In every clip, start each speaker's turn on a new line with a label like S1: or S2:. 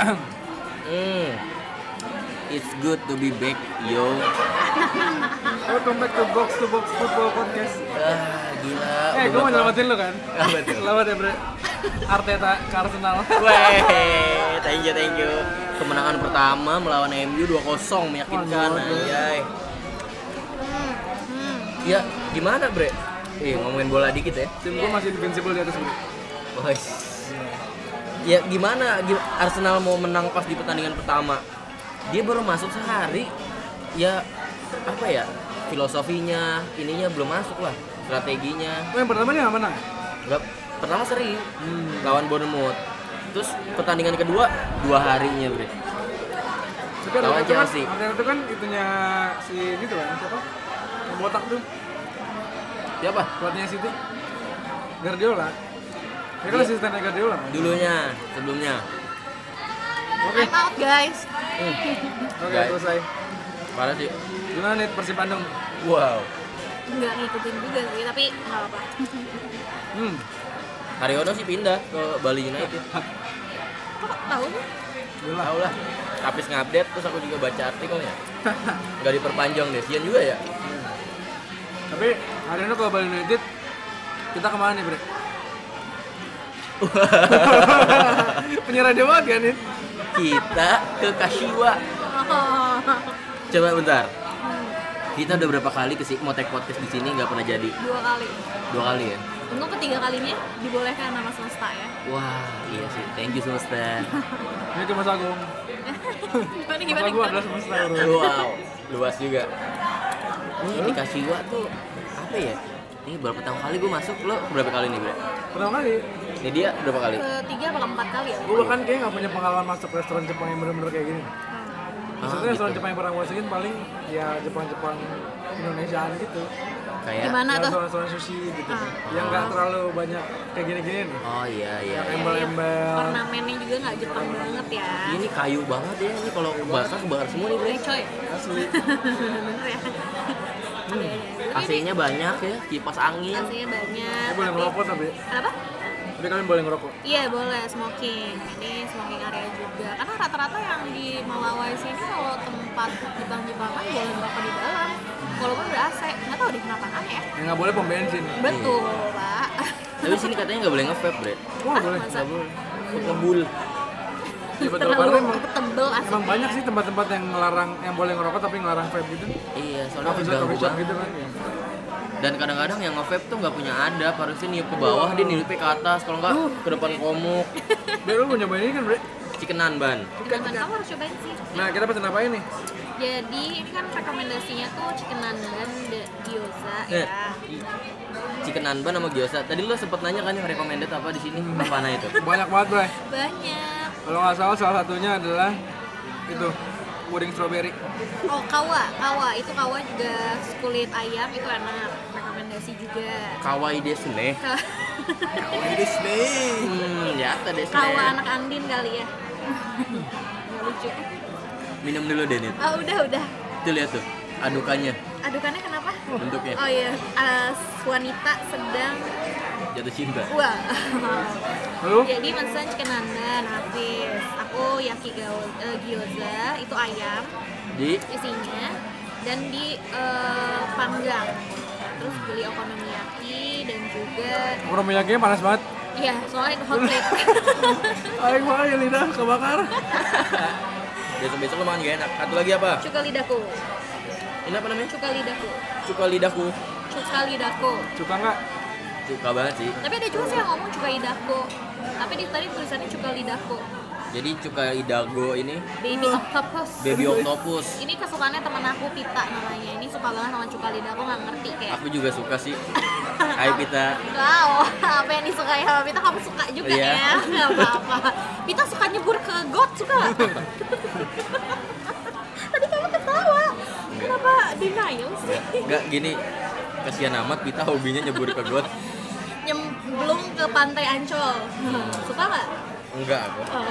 S1: Mm. It's good to be back, yo.
S2: Welcome back to Box to Box Football Podcast.
S1: Ah, gila.
S2: Eh, gue mau nyelamatin lo kan?
S1: Ah, betul.
S2: Selamat ya, Bre. Arteta ke Arsenal.
S1: Weh, thank you, thank you. Kemenangan pertama melawan MU 2-0 meyakinkan.
S2: Waduh.
S1: Anjay. Ya, gimana, Bre? Eh, ngomongin bola dikit ya.
S2: Tim gue masih invincible di atas gue.
S1: Boys. Ya, gimana Gi- Arsenal mau menang pas di pertandingan pertama? Dia baru masuk sehari. Ya, apa ya? Filosofinya, ininya belum masuk lah. Strateginya.
S2: Oh, yang pertama dia nggak menang. Hmm.
S1: Enggak, pertama seri lawan Bournemouth. Terus pertandingan kedua dua harinya, Bre.
S2: Tapi
S1: Lawan
S2: Arteta itu kan,
S1: Chelsea.
S2: Arteta itu kan itunya si gitu kan, siapa? Yang botak tuh,
S1: Siapa?
S2: kuatnya situ. Guardiola. Dia kan
S1: Iya.
S2: asistennya Guardiola. kan?
S1: Dulunya, sebelumnya.
S2: Oke,
S3: I'm out guys.
S2: oke,
S1: Guys.
S2: selesai.
S1: Parah sih.
S2: Gimana nih Persib Bandung?
S1: Wow.
S3: Nggak ngikutin juga sih, tapi nggak apa-apa.
S2: Hmm,
S1: Haryono sih pindah ke Bali United.
S3: Kok tahu?
S2: gila.
S1: Tahu lah. Kapis ngupdate terus aku juga baca artikelnya. Enggak diperpanjang deh. Sian juga ya.
S2: Tapi hari ini kalau Bali United kita kemana nih, Bre? Penyerah dia banget kan, Nit?
S1: Kita ke Kashiwa.
S3: Oh.
S1: Coba bentar.
S3: Hmm,
S1: Kita udah berapa kali ke si Motek Podcast di sini nggak pernah jadi.
S3: dua kali.
S1: Dua kali ya.
S3: Untuk ketiga kalinya dibolehkan sama semesta ya.
S1: Wah, iya sih. Thank you semesta.
S2: Ini ke Mas Agung.
S3: gimana
S2: Mas
S3: gimana?
S2: Agung adalah
S3: gimana?
S2: semesta.
S1: Wow, luas juga. Ini di Kashiwa tuh apa ya? Ini berapa tahun kali gue masuk lo berapa kali nih bre?
S2: Pertama kali,
S1: Ini dia berapa kali?
S3: Ketiga apa keempat kali ya?
S2: gue bahkan kayaknya nggak punya pengalaman masuk restoran Jepang yang bener-bener kayak gini.
S3: Ah,
S2: Maksudnya
S1: gitu.
S2: restoran Jepang yang pernah gue masukin paling ya Jepang-Jepang Indonesiaan gitu.
S1: Kayak
S3: Gimana
S2: Ya,
S3: tuh? Ah.
S2: Restoran-restoran sushi gitu. Yang nggak terlalu banyak kayak gini-gini nih.
S1: Oh iya iya.
S2: Yang embel-embel.
S3: Ornamennya juga nggak Jepang banget ya.
S1: Ini kayu banget ya. Ini kalau kebakar kebakar semua nih bre.
S3: Ini coy.
S2: Asli. Hmm,
S3: Bener ya. Ada ya.
S1: AC-nya banyak ya, kipas angin.
S3: Aslinya banyak.
S2: Ini boleh
S3: tapi-
S2: ngerokok tapi.
S3: Kenapa?
S2: Tapi kalian boleh ngerokok.
S3: Iya boleh smoking. Ini smoking area juga. Karena rata-rata yang di Malawai sini kalau tempat Jepang-Jepangan boleh merokok di dalam. Walaupun udah AC, nggak tahu di kenapa aneh ya.
S2: Yang nggak boleh pom bensin.
S3: Betul pak.
S1: Tapi di sini katanya nggak boleh nge-vape bre.
S2: Wah boleh.
S3: Masa
S1: Ngebul.
S2: Ya, betul. Karena
S3: terlalu
S2: emang,
S3: tebel asap.
S2: emang banyak sih tempat-tempat yang ngelarang, yang boleh ngerokok tapi ngelarang vape gitu.
S1: Iya, soalnya
S2: Coffee shop,
S1: terganggu
S2: coffee shop
S1: banget.
S2: gitu kan. ya.
S1: Dan kadang-kadang yang nge-vape tuh nggak punya adab, harusnya niup ke bawah, dia niupnya ke atas. Kalau nggak ke depan komuk,
S2: Bre, lu mau nyobain ini kan, Bre?
S1: cikenan ban.
S3: Jangan kamu harus cobain sih.
S2: Nah, kita pesen apa ini?
S3: Jadi ini kan rekomendasinya tuh chicken nandan dan gyoza
S1: Eh.
S2: Iya.
S3: ya.
S1: Chicken Anban sama Gyoza. Tadi lo sempet nanya kan yang recommended apa di sini? Apaan itu?
S2: Banyak banget, Bre.
S3: Banyak.
S2: Kalau nggak salah salah satunya adalah itu puding strawberry.
S3: Oh kawa, kawa itu kawa juga kulit ayam itu enak. Rekomendasi juga.
S1: Kawaii desu ne.
S3: Ka-
S1: Hmm, ya desu
S3: kawa
S1: ne.
S3: anak Andin kali ya. Nggak lucu.
S1: Minum dulu deh Nit.
S3: Oh udah udah.
S1: Tuh lihat tuh adukannya,
S3: Adukannya kenapa?
S1: bentuknya
S3: Oh iya, Eh, wanita sedang
S1: jatuh cinta.
S3: wah.
S2: Lalu
S3: Jadi pesan chicken nandan habis. Aku yaki gao- eh, gyoza itu ayam
S1: Di
S3: isinya dan di eh, panggang. Terus beli okonomiyaki dan juga
S2: kurang minyaknya panas banget.
S3: ya soalnya itu hot plate.
S2: Aing mah ya lidah kebakar.
S1: besok-besok lo makan gak enak. Satu lagi apa?
S3: cuka lidahku,
S1: Ini apa namanya?
S3: cuka lidahku,
S1: Cuka lidahku.
S3: cuka lidahku.
S2: Suka nggak?
S1: Cuka banget sih.
S3: Tapi ada juga sih yang ngomong cuka lidahku. Tapi di tadi tulisannya cuka lidahku.
S1: Jadi cuka idago ini
S3: Baby
S1: Hmm.
S3: octopus.
S1: baby octopus.
S3: Ini kesukaannya temen aku Pita namanya. Ini suka banget sama cuka lidahku nggak ngerti kayak.
S1: Aku juga suka sih. Hai Pita.
S3: Wow, apa yang disukai sama Pita kamu suka juga
S1: Iya.
S3: ya? Gak apa-apa. Pita suka nyebur ke got suka nggak? Tadi kamu ketawa. Kenapa denial sih?
S1: Enggak gini. Kasihan amat Pita hobinya nyebur ke got.
S3: Nyemplung ke pantai Ancol.
S1: Hmm.
S3: Suka nggak?
S1: Enggak aku.
S3: Oh.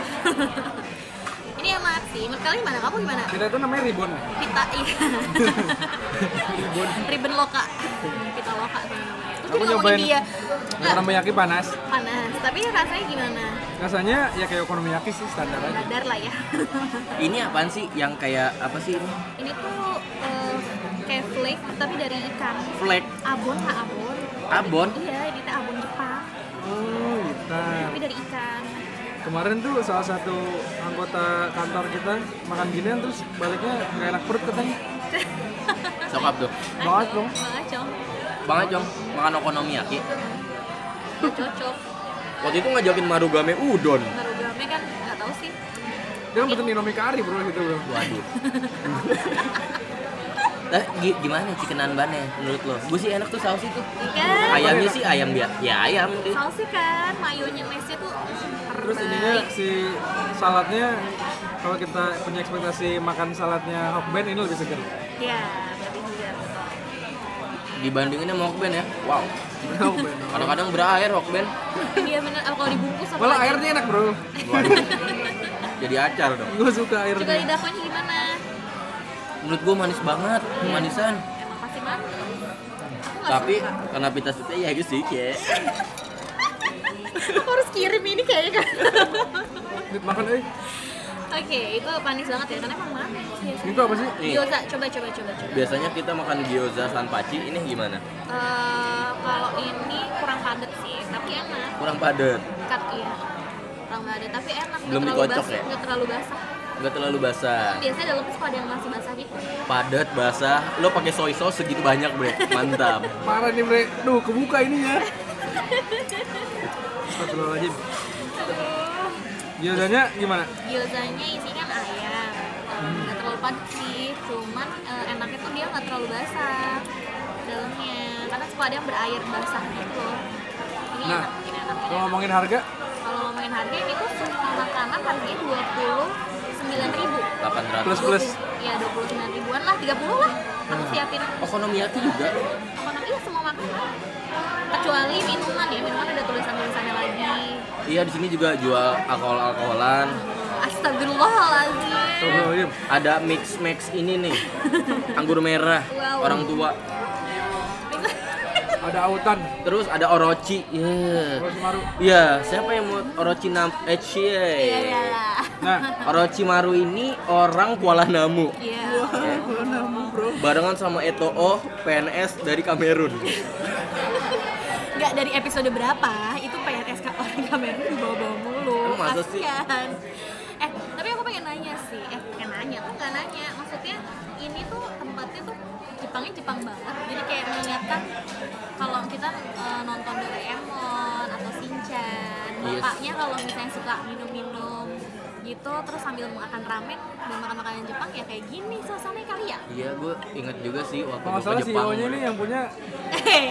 S3: Ini enak sih. Menurut kalian gimana? Kamu gimana?
S2: Kita itu namanya ribbon. ya?
S3: Pita iya. Ribbon loka. Pita loka sama namanya. Terus
S2: Aku
S3: dia
S2: nyobain
S3: ngomongin dia.
S2: Kurang minyaknya panas.
S3: Nggak, panas. Tapi rasanya gimana?
S2: Rasanya ya kayak okonomiyaki sih standar aja.
S3: Nadar lah ya.
S1: Ini apaan sih yang kayak apa sih ini?
S3: ini tuh eh, kayak flake tapi dari ikan.
S1: Flek
S3: Abon nggak abon?
S1: abon.
S3: Iya, ini tuh abon Jepang
S2: Oh, gitar.
S3: tapi dari ikan.
S2: Kemarin tuh salah satu anggota kantor kita makan ginian terus baliknya nggak enak perut katanya.
S1: Sokap tuh.
S2: Banget dong.
S3: Banget dong.
S1: Bang Ajong makan okonomiyaki.
S3: Nggak cocok.
S1: Waktu itu ngajakin marugame udon.
S3: Marugame kan nggak tahu sih.
S2: Dia kan pesen Indomie kari bro gitu bro.
S1: Waduh. Tapi gi- gimana chicken anbannya menurut lo? Gue sih enak tuh saus itu.
S3: Ikan.
S1: Ayamnya sih ayam dia. Ya ayam sih.
S3: Salsi kan, mayonesnya tuh mm,
S2: Terus ininya
S3: terbaik.
S2: si saladnya kalau kita punya ekspektasi makan saladnya Hokben ini lebih segar.
S3: Ya, tapi juga betul.
S1: Dibandinginnya sama Hokben ya. Wow.
S2: Hokben.
S1: Kadang-kadang berair Hokben.
S3: Iya bener, apa kalau dibungkus sama
S2: Malah airnya enak bro.
S1: Waduh. Jadi acar dong.
S2: Gue suka
S3: Coba
S2: airnya.
S3: lidah konya gimana?
S1: Menurut gue manis banget, manisan.
S3: Emang pasti manis. Aku nggak
S1: Tapi
S3: suka.
S1: karena pita sute ya gitu sih ya.
S3: aku harus kirim ini kayaknya kan.
S2: Dit makan eh.
S3: Oke, itu manis banget ya, karena emang manis ya.
S2: Itu gitu apa sih?
S1: Nih,
S3: Gyoza, coba coba coba coba.
S1: biasanya kita makan gyoza sanpachi, ini gimana?
S3: Eh, kalau ini kurang padat sih, tapi enak.
S1: Kurang padat,
S3: Cut iya. Kurang padat tapi enak. nggak
S1: Belum
S3: terlalu
S1: dikocok
S3: basah,
S1: ya?
S3: nggak terlalu basah. Kan
S1: nggak terlalu basah.
S3: Biasanya dalam suka ada yang masih basah gitu.
S1: Padat, basah. Lo pakai soy sauce segitu banyak, Bre. Mantap.
S2: Parah nih bre. Duh kebuka ini ya. Astagfirullahaladzim.
S1: Iya.
S3: Aduh.
S2: Biasanya gimana?
S3: Gyozanya isi kan ayam. Eh, Nggak terlalu padat sih, cuman eh, enaknya tuh dia nggak terlalu basah dalamnya. Karena suka ada yang berair basah gitu. Ini
S2: Nah,
S3: enak, ini enak. ini
S2: Kalau
S3: enak.
S2: ngomongin harga,
S3: Kalau ngomongin harga ini tuh semua makanan harganya dua puluh sembilan ribu.
S1: 800.
S2: Plus, plus. Hmm.
S3: Ya dua puluh sembilan ribuan lah, tiga puluh lah. Aku siapin
S1: Okonomiyaki juga.
S3: makanan iya semua makanan. Kecuali minuman ya, minuman ada tulisan tulisannya lagi.
S1: Iya, di sini juga jual alkohol-alkoholan.
S2: Tuh,
S3: Astagfirullahaladzim.
S2: bro, Im.
S1: Ada mix-mix ini nih. Anggur merah,
S3: Wow.
S1: orang tua.
S2: ada autan,
S1: Terus ada Orochi. Iya.
S2: kalau Sumaru.
S1: Iya, siapa yang mau Orochi nam eh, cie.
S3: Iya iya lah.
S2: Nah,
S1: Orochimaru ini orang Kuala Namu.
S3: Iya.
S2: kalau namu bro.
S1: Barengan sama Eto'o, PNS dari Kamerun.
S3: Nggak dari episode berapa itu PNS ka- orang Kamerun dibawa-bawa mulu.
S1: Emang masa sih?
S3: Kasihan. Eh, tapi aku pengen nanya sih. Eh, pengen nanya. Aku nggak nanya. Maksudnya ini tuh tempatnya tuh Jepangnya Jepang banget. Jadi kayak mengingatkan kalau kita eh, nonton Doraemon atau Shinchan,
S1: Yes.
S3: bapaknya kalau misalnya suka minum-minum gitu terus sambil makan ramen dan makan makanan Jepang ya kayak gini suasananya kali ya.
S1: Iya, gue inget juga sih waktu
S2: Kalau nggak
S1: gua
S2: salah
S1: ke Jepang.
S2: CEO-nya E ini yang punya
S3: Hey.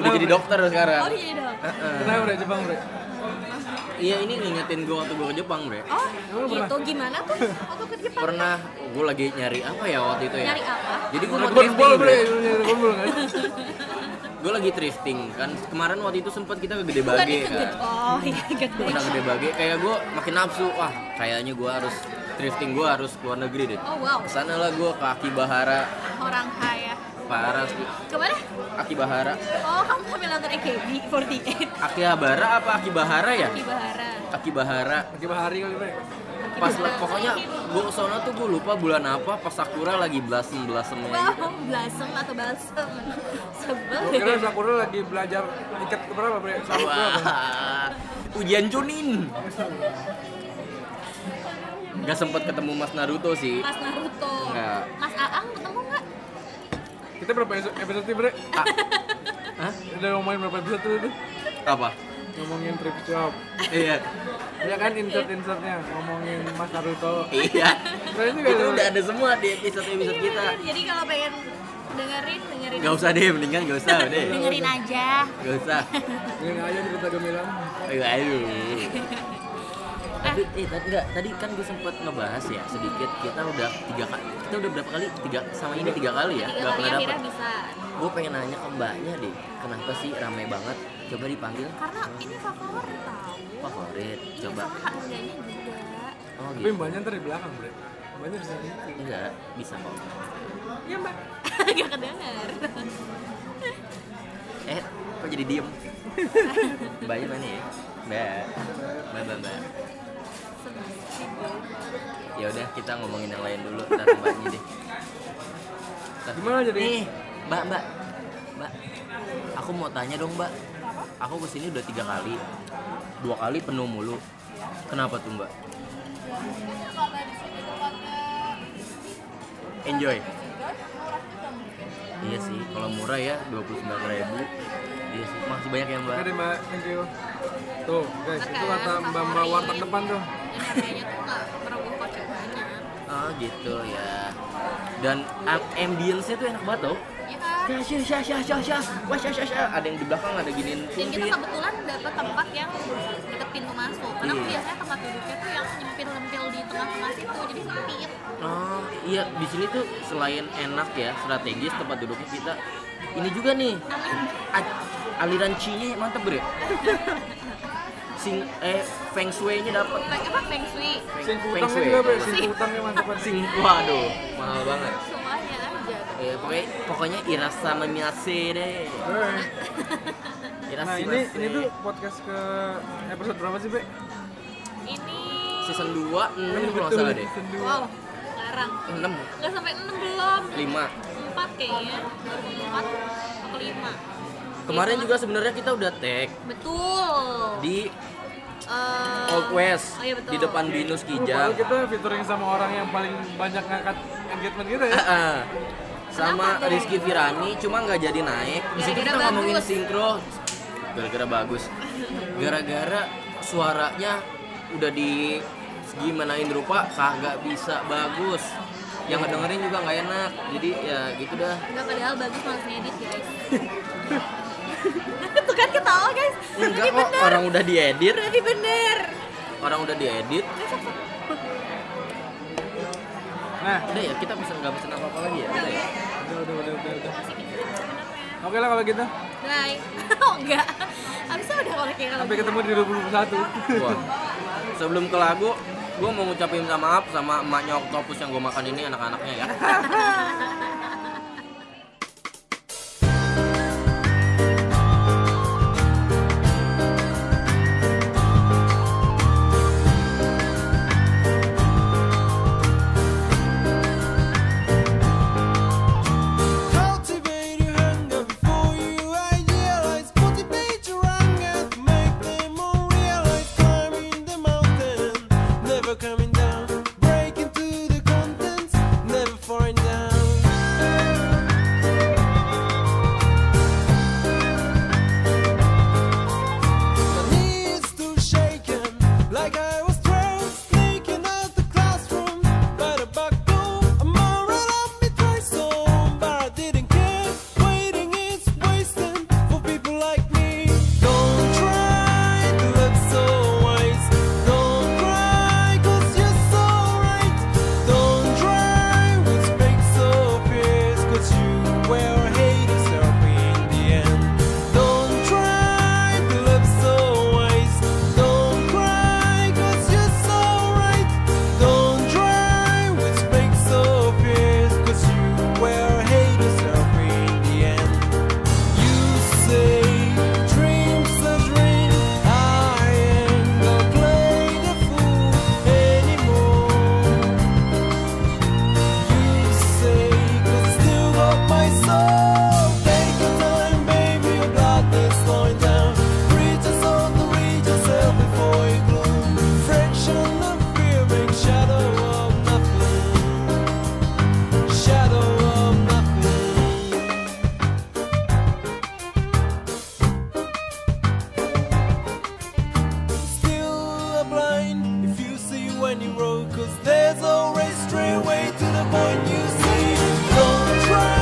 S1: Udah jadi dokter sekarang.
S3: Oh, iya dong.
S1: Heeh.
S2: Kenapa bre Jepang bre?
S1: Iya, ini ngingetin gue waktu gue ke Jepang, Bre.
S3: Oh,
S2: Emang pernah?
S3: gitu gimana tuh? Waktu ke Jepang
S1: Pernah gue lagi nyari apa ya waktu itu ya?
S3: nyari apa?
S1: Jadi gue
S2: Gue
S1: mau
S2: gombol
S1: drifting,
S2: bre, Gue gombol kan?
S1: Gue lagi thrifting kan. Kemarin waktu itu sempat kita ke Gede
S3: Bukan
S1: Bage
S3: itu
S1: kan.
S3: good. Oh, iya good boy.
S1: Pernah Gede Bage kayak gue makin nafsu. Wah, kayaknya gue harus thrifting, gue harus keluar negeri deh.
S3: Oh wow,
S1: Kesana lah gue ke Akibahara,
S3: orang kaya.
S1: parah sih.
S3: Kemana?
S1: Akibahara.
S3: Oh, kamu sambil nonton AKB48
S1: Akibahara apa Akibahara ya?
S3: di Bahara.
S1: Akibahara.
S2: Lagi bahari kali bre.
S1: Pas lah- pokoknya gue kesana tuh gue lupa bulan apa pas Sakura lagi blasem blasemnya.
S3: Wow, blasem atau balsem? Sebel.
S2: Gue kira Sakura lagi belajar tiket berapa bre? Sama berapa?
S1: Wah, ujian Chunin. Gak sempet ketemu Mas Naruto sih.
S3: Mas Naruto.
S1: Enggak.
S3: Mas Aang ketemu nggak?
S2: Kita berapa episode- episode sih bre?
S1: Ah. Hah?
S2: Udah ngomongin berapa episode tuh itu?
S1: Apa?
S2: Ngomongin trip job
S1: Iya.
S2: Ya kan insert-insertnya, ngomongin Mas Naruto
S1: Iya.
S2: Keren juga
S1: Itu
S2: ya,
S1: udah
S2: Bre.
S1: ada semua di episode-episode
S3: Iya,
S1: kita.
S3: bener. Jadi kalau pengen dengerin, dengerin.
S1: Gak usah deh, mendingan gak usah deh.
S3: Dengerin aja.
S1: Gak usah.
S2: Gini aja cerita gemilang
S1: Aduh, aduh. Tapi, eh, tadi enggak, tadi kan gue sempet ngebahas ya sedikit kita udah tiga kali, kita udah berapa kali? Tiga sama ini tiga kali ya,
S3: Tiga
S1: nggak
S3: kali
S1: pernah
S3: akhirnya
S1: dapet.
S3: bisa.
S1: Gue pengen nanya ke mbaknya deh, kenapa sih ramai banget? Coba dipanggil
S3: Karena ini favorit tau.
S1: favorit,
S3: Iya,
S1: coba.
S3: sama harganya juga.
S1: Oh
S2: Tapi
S1: gitu.
S2: mbaknya ntar di belakang bre Mbaknya di sini
S1: Enggak, bisa kok.
S2: Iya mbak
S3: Gak kedengar.
S1: Eh, kok jadi diem? Mbaknya mana ya? Bye. Bye bye bye. Ya udah kita ngomongin yang lain dulu ntar mbaknya deh. Ntar.
S2: Gimana jadi?
S1: Nih, Mbak, Mbak. Mbak. Aku mau tanya dong, Mbak. Aku kesini udah tiga kali. Dua kali penuh mulu. Kenapa tuh, Mbak? Enjoy. Iya sih, kalau murah ya 29.000. Iya sih, masih banyak ya, Mbak.
S2: Oke deh mbak, thank you. Tuh guys, itu kata mbak mbak warteg depan tuh.
S3: Dan harganya tuh nggak merogoh kocek banyak.
S1: Oh gitu ya. Dan am- ambience-nya tuh enak banget tau.
S3: Iya kan?
S1: Syah, syah, syah, syah, syah, syah. Wah, syah, syah, syah. Ada yang di belakang ada giniin
S3: Dan kita
S1: sumpit.
S3: kebetulan dapet tempat yang deket pintu masuk. Karena
S1: Iya.
S3: biasanya tempat duduknya tuh yang nyempil-nyempil di tengah-tengah situ, jadi sempit.
S1: Oh iya di sini tuh selain enak ya strategis tempat duduknya kita ini juga nih
S3: Angin.
S1: a- aliran cinya mantep bre. Sing eh feng shui-nya dapat.
S3: Kayak apa Feng Shui?
S2: Sing utangnya juga bre, sing utangnya mantap banget.
S1: Sing waduh mahal banget.
S3: Semuanya aja.
S1: Eh, pokoknya, pokoknya irasa memiase deh.
S2: Bre.
S1: Irasa
S2: Nah ini ini tuh podcast ke episode berapa sih bre? Kan
S3: Ini...
S1: season 2 6 kalau nggak
S2: Betul,
S1: salah deh.
S2: season dua.
S3: Wow, sekarang.
S1: 6
S3: Nggak sampai 6 belum.
S1: 5
S3: empat kayaknya baru empat atau lima Gitu.
S1: Kemarin juga sebenarnya kita udah tag
S3: betul
S1: di
S3: Eh,
S1: Old West
S3: oh iya, betul.
S1: di depan Binus
S2: Oh,
S1: Kijang.
S2: Padahal kita featuring sama orang yang paling banyak ngangkat engagement kita ya.
S1: Heeh. sama
S3: Kenapa tuh?
S1: Rizky Virani cuma nggak jadi naik. Di sini kita
S3: Gara-gara
S1: ngomongin
S3: bagus.
S1: sinkro gara-gara bagus. Gara-gara suaranya udah di gimanain rupa kagak bisa bagus. Yang ngedengerin juga nggak enak. Jadi ya gitu dah.
S3: Enggak padahal bagus malas ngedit guys Tuh kan ketawa guys
S1: Enggak oh, kok orang udah diedit,
S3: Berarti bener
S1: orang udah diedit.
S2: Nah,
S1: Udah ya kita bisa nggak pesan apa-apa lagi ya. Udah ya?
S2: udah udah udah udah. udah. Oke lah kalau gitu.
S3: Bye Oh enggak Habisnya udah kalau kayak kalau
S2: Sampai ketemu di 2021.
S1: Wah. Sebelum ke lagu, gue mau ngucapin minta maaf sama emaknya Octopus yang gue makan ini anak-anaknya ya.
S4: Cultivate your hunger before you idealize. Cultivate your hunger to make them all realize. Climbing the mountain, never coming down. Break into the contents, never falling down. My knees still shaking, like I was trained, sneaking out the classroom by the back door. A moral of me twice on, but I didn't care. Waiting is wasting for people like me. Don't try to look so wise. Don't cry 'cause you're so right. Don't try with fake so fierce 'cause you will hate yourself in the end. Don't try to look so wise. Don't cry 'cause you're so right. Don't try with fake so fierce 'cause you will hate yourself in the end. You say dreams are dreams. I ain't gonna play the fool anymore. You say could still got my soul. Take your time, baby, your gladness going down. Reaches on the reach yourself before you gloom. Friction of fear makes shadow of nothing. Shadow of nothing. still a blind if you see when you roll cause there's always straight way to the point you see don't try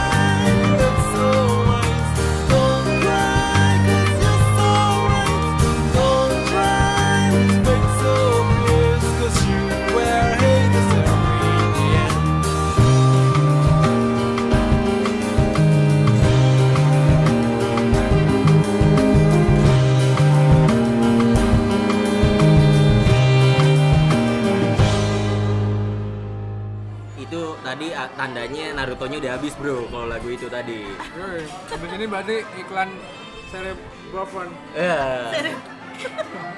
S4: that's so wise don't cry cause you're so right don't try make so fierce cause you wear hate is every in the end
S1: Itu tadi ah, tandanya Naruto-nya udah habis, Bro, kalau lagu itu tadi.
S2: Yoi. Habis ini berarti iklan Cerebrophone.
S1: Eh.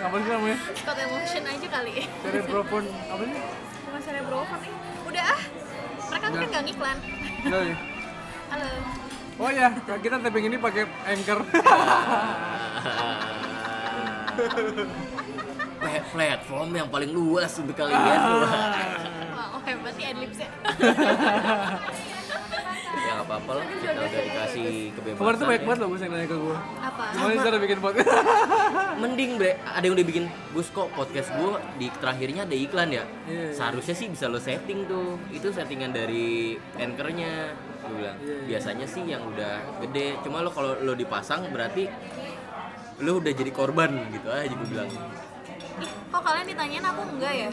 S2: apa sih namanya?
S3: Scott gitu. Emotion aja kali
S2: Cerebropon apa sih?
S3: Cuma cerebrovan nih Udah ah Mereka tuh kan
S2: Udah.
S3: gak ngiklan
S2: Enggak ya?
S3: Halo
S2: Oh ya, kita tapping ini pakai anchor.
S1: Pla- platform yang paling luas untuk kalian
S2: Ah. Hmm.
S3: Wah, oh hebat nih adlibsnya
S1: ya nggak apa-apa lah kita udah dikasih kebebasan
S2: Kemarin tuh banyak
S1: ya.
S2: banget loh gue yang nanya ke gue.
S3: Apa?
S2: Gimana cara bikin podcast?
S1: mending bre ada yang udah bikin Gus kok podcast gue di terakhirnya ada iklan ya
S2: Iya, iya.
S1: seharusnya sih bisa lo setting tuh itu settingan dari anchornya gue bilang
S2: Iya, iya.
S1: biasanya sih yang udah gede cuma lo kalau lo dipasang berarti lo udah jadi korban gitu aja gue bilang
S2: Hmm?
S3: Ih, kok kalian ditanyain aku enggak ya?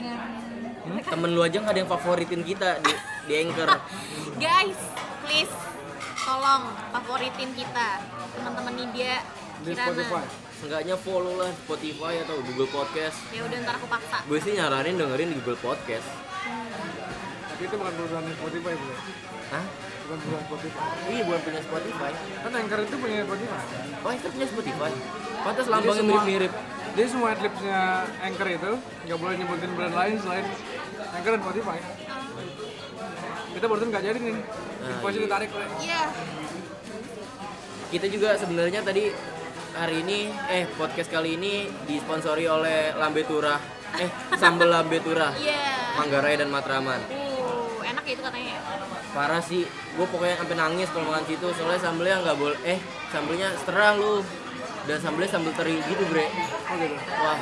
S1: temen lu aja nggak ada yang favoritin kita di, di anchor
S3: Guys, please Tolong favoritin kita Teman-teman Nidya
S2: Di Spotify.
S3: Kirana
S1: seenggaknya follow lah Spotify atau Google Podcast
S3: Ya udah ntar aku paksa
S1: gue sih nyaranin dengerin di Google Podcast
S2: Tapi itu bukan perusahaan Spotify bro.
S1: Hah?
S2: Bukan perusahaan Spotify.
S1: Iya bukan punya Spotify
S2: Kan anchor itu punya Spotify.
S1: Oh anchor punya Spotify Pantas
S2: Jadi
S1: lambangnya
S2: semua-
S1: mirip-mirip
S2: Jadi semua adlibsnya anchor itu nggak boleh nyebutin brand lain selain anchor dan Spotify. Kita barusan nggak jadi nih.
S1: Ah,
S2: Invoice ditarik oleh.
S3: Iya
S1: Kita juga sebenarnya tadi hari ini eh podcast kali ini disponsori oleh Lambe Turah eh sambal Lambe Turah
S3: Iya
S1: Manggarai dan Matraman
S3: Uh, enak ya itu katanya ya?
S1: parah sih gue pokoknya sampai nangis kalau makan situ soalnya sambelnya nggak boleh eh sambelnya setera lu dan sambelnya sambel teri gitu bre
S2: Oh gitu.
S1: wah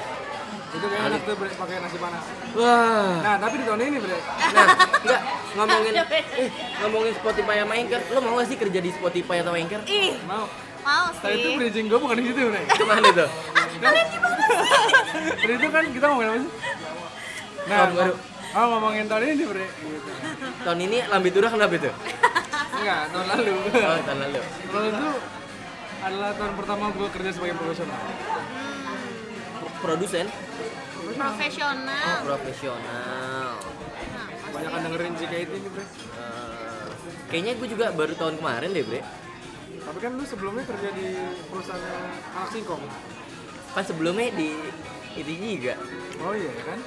S2: Itu kayaknya enak tuh Bre, pakai nasi panas.
S1: wah
S2: Nah tapi di tahun ini bre.
S1: nah enggak ngomongin
S2: Iya,
S1: eh, ngomongin Spotify sama Anchor lo mau gak sih kerja di Spotify atau Anchor
S3: Ih,
S2: Mau.
S3: mau
S2: Tadi itu
S3: sih
S2: bridging gue bukan di situ bre.
S1: kemana tuh
S3: Kalian gimana sih?
S2: Tadi itu kan kita ngomongin apa sih? Nah,
S1: Tahun baru.
S2: Oh, ngomongin tahun ini bre. Gitu.
S1: tahun ini lambe turah kenapa tuh
S2: Enggak, tahun lalu.
S1: oh tahun lalu
S2: Tahun itu adalah tahun pertama gue kerja sebagai profesional.
S1: Pro- produsen
S3: Profesional
S1: oh profesional
S2: Banyak yang dengerin JKT ini bre.
S1: Eh, kayaknya gue juga baru tahun kemarin deh bre
S2: Tapi kan lu sebelumnya kerja di perusahaan anak singkong.
S1: pas Kan sebelumnya di itu juga
S2: Oh iya ya kan?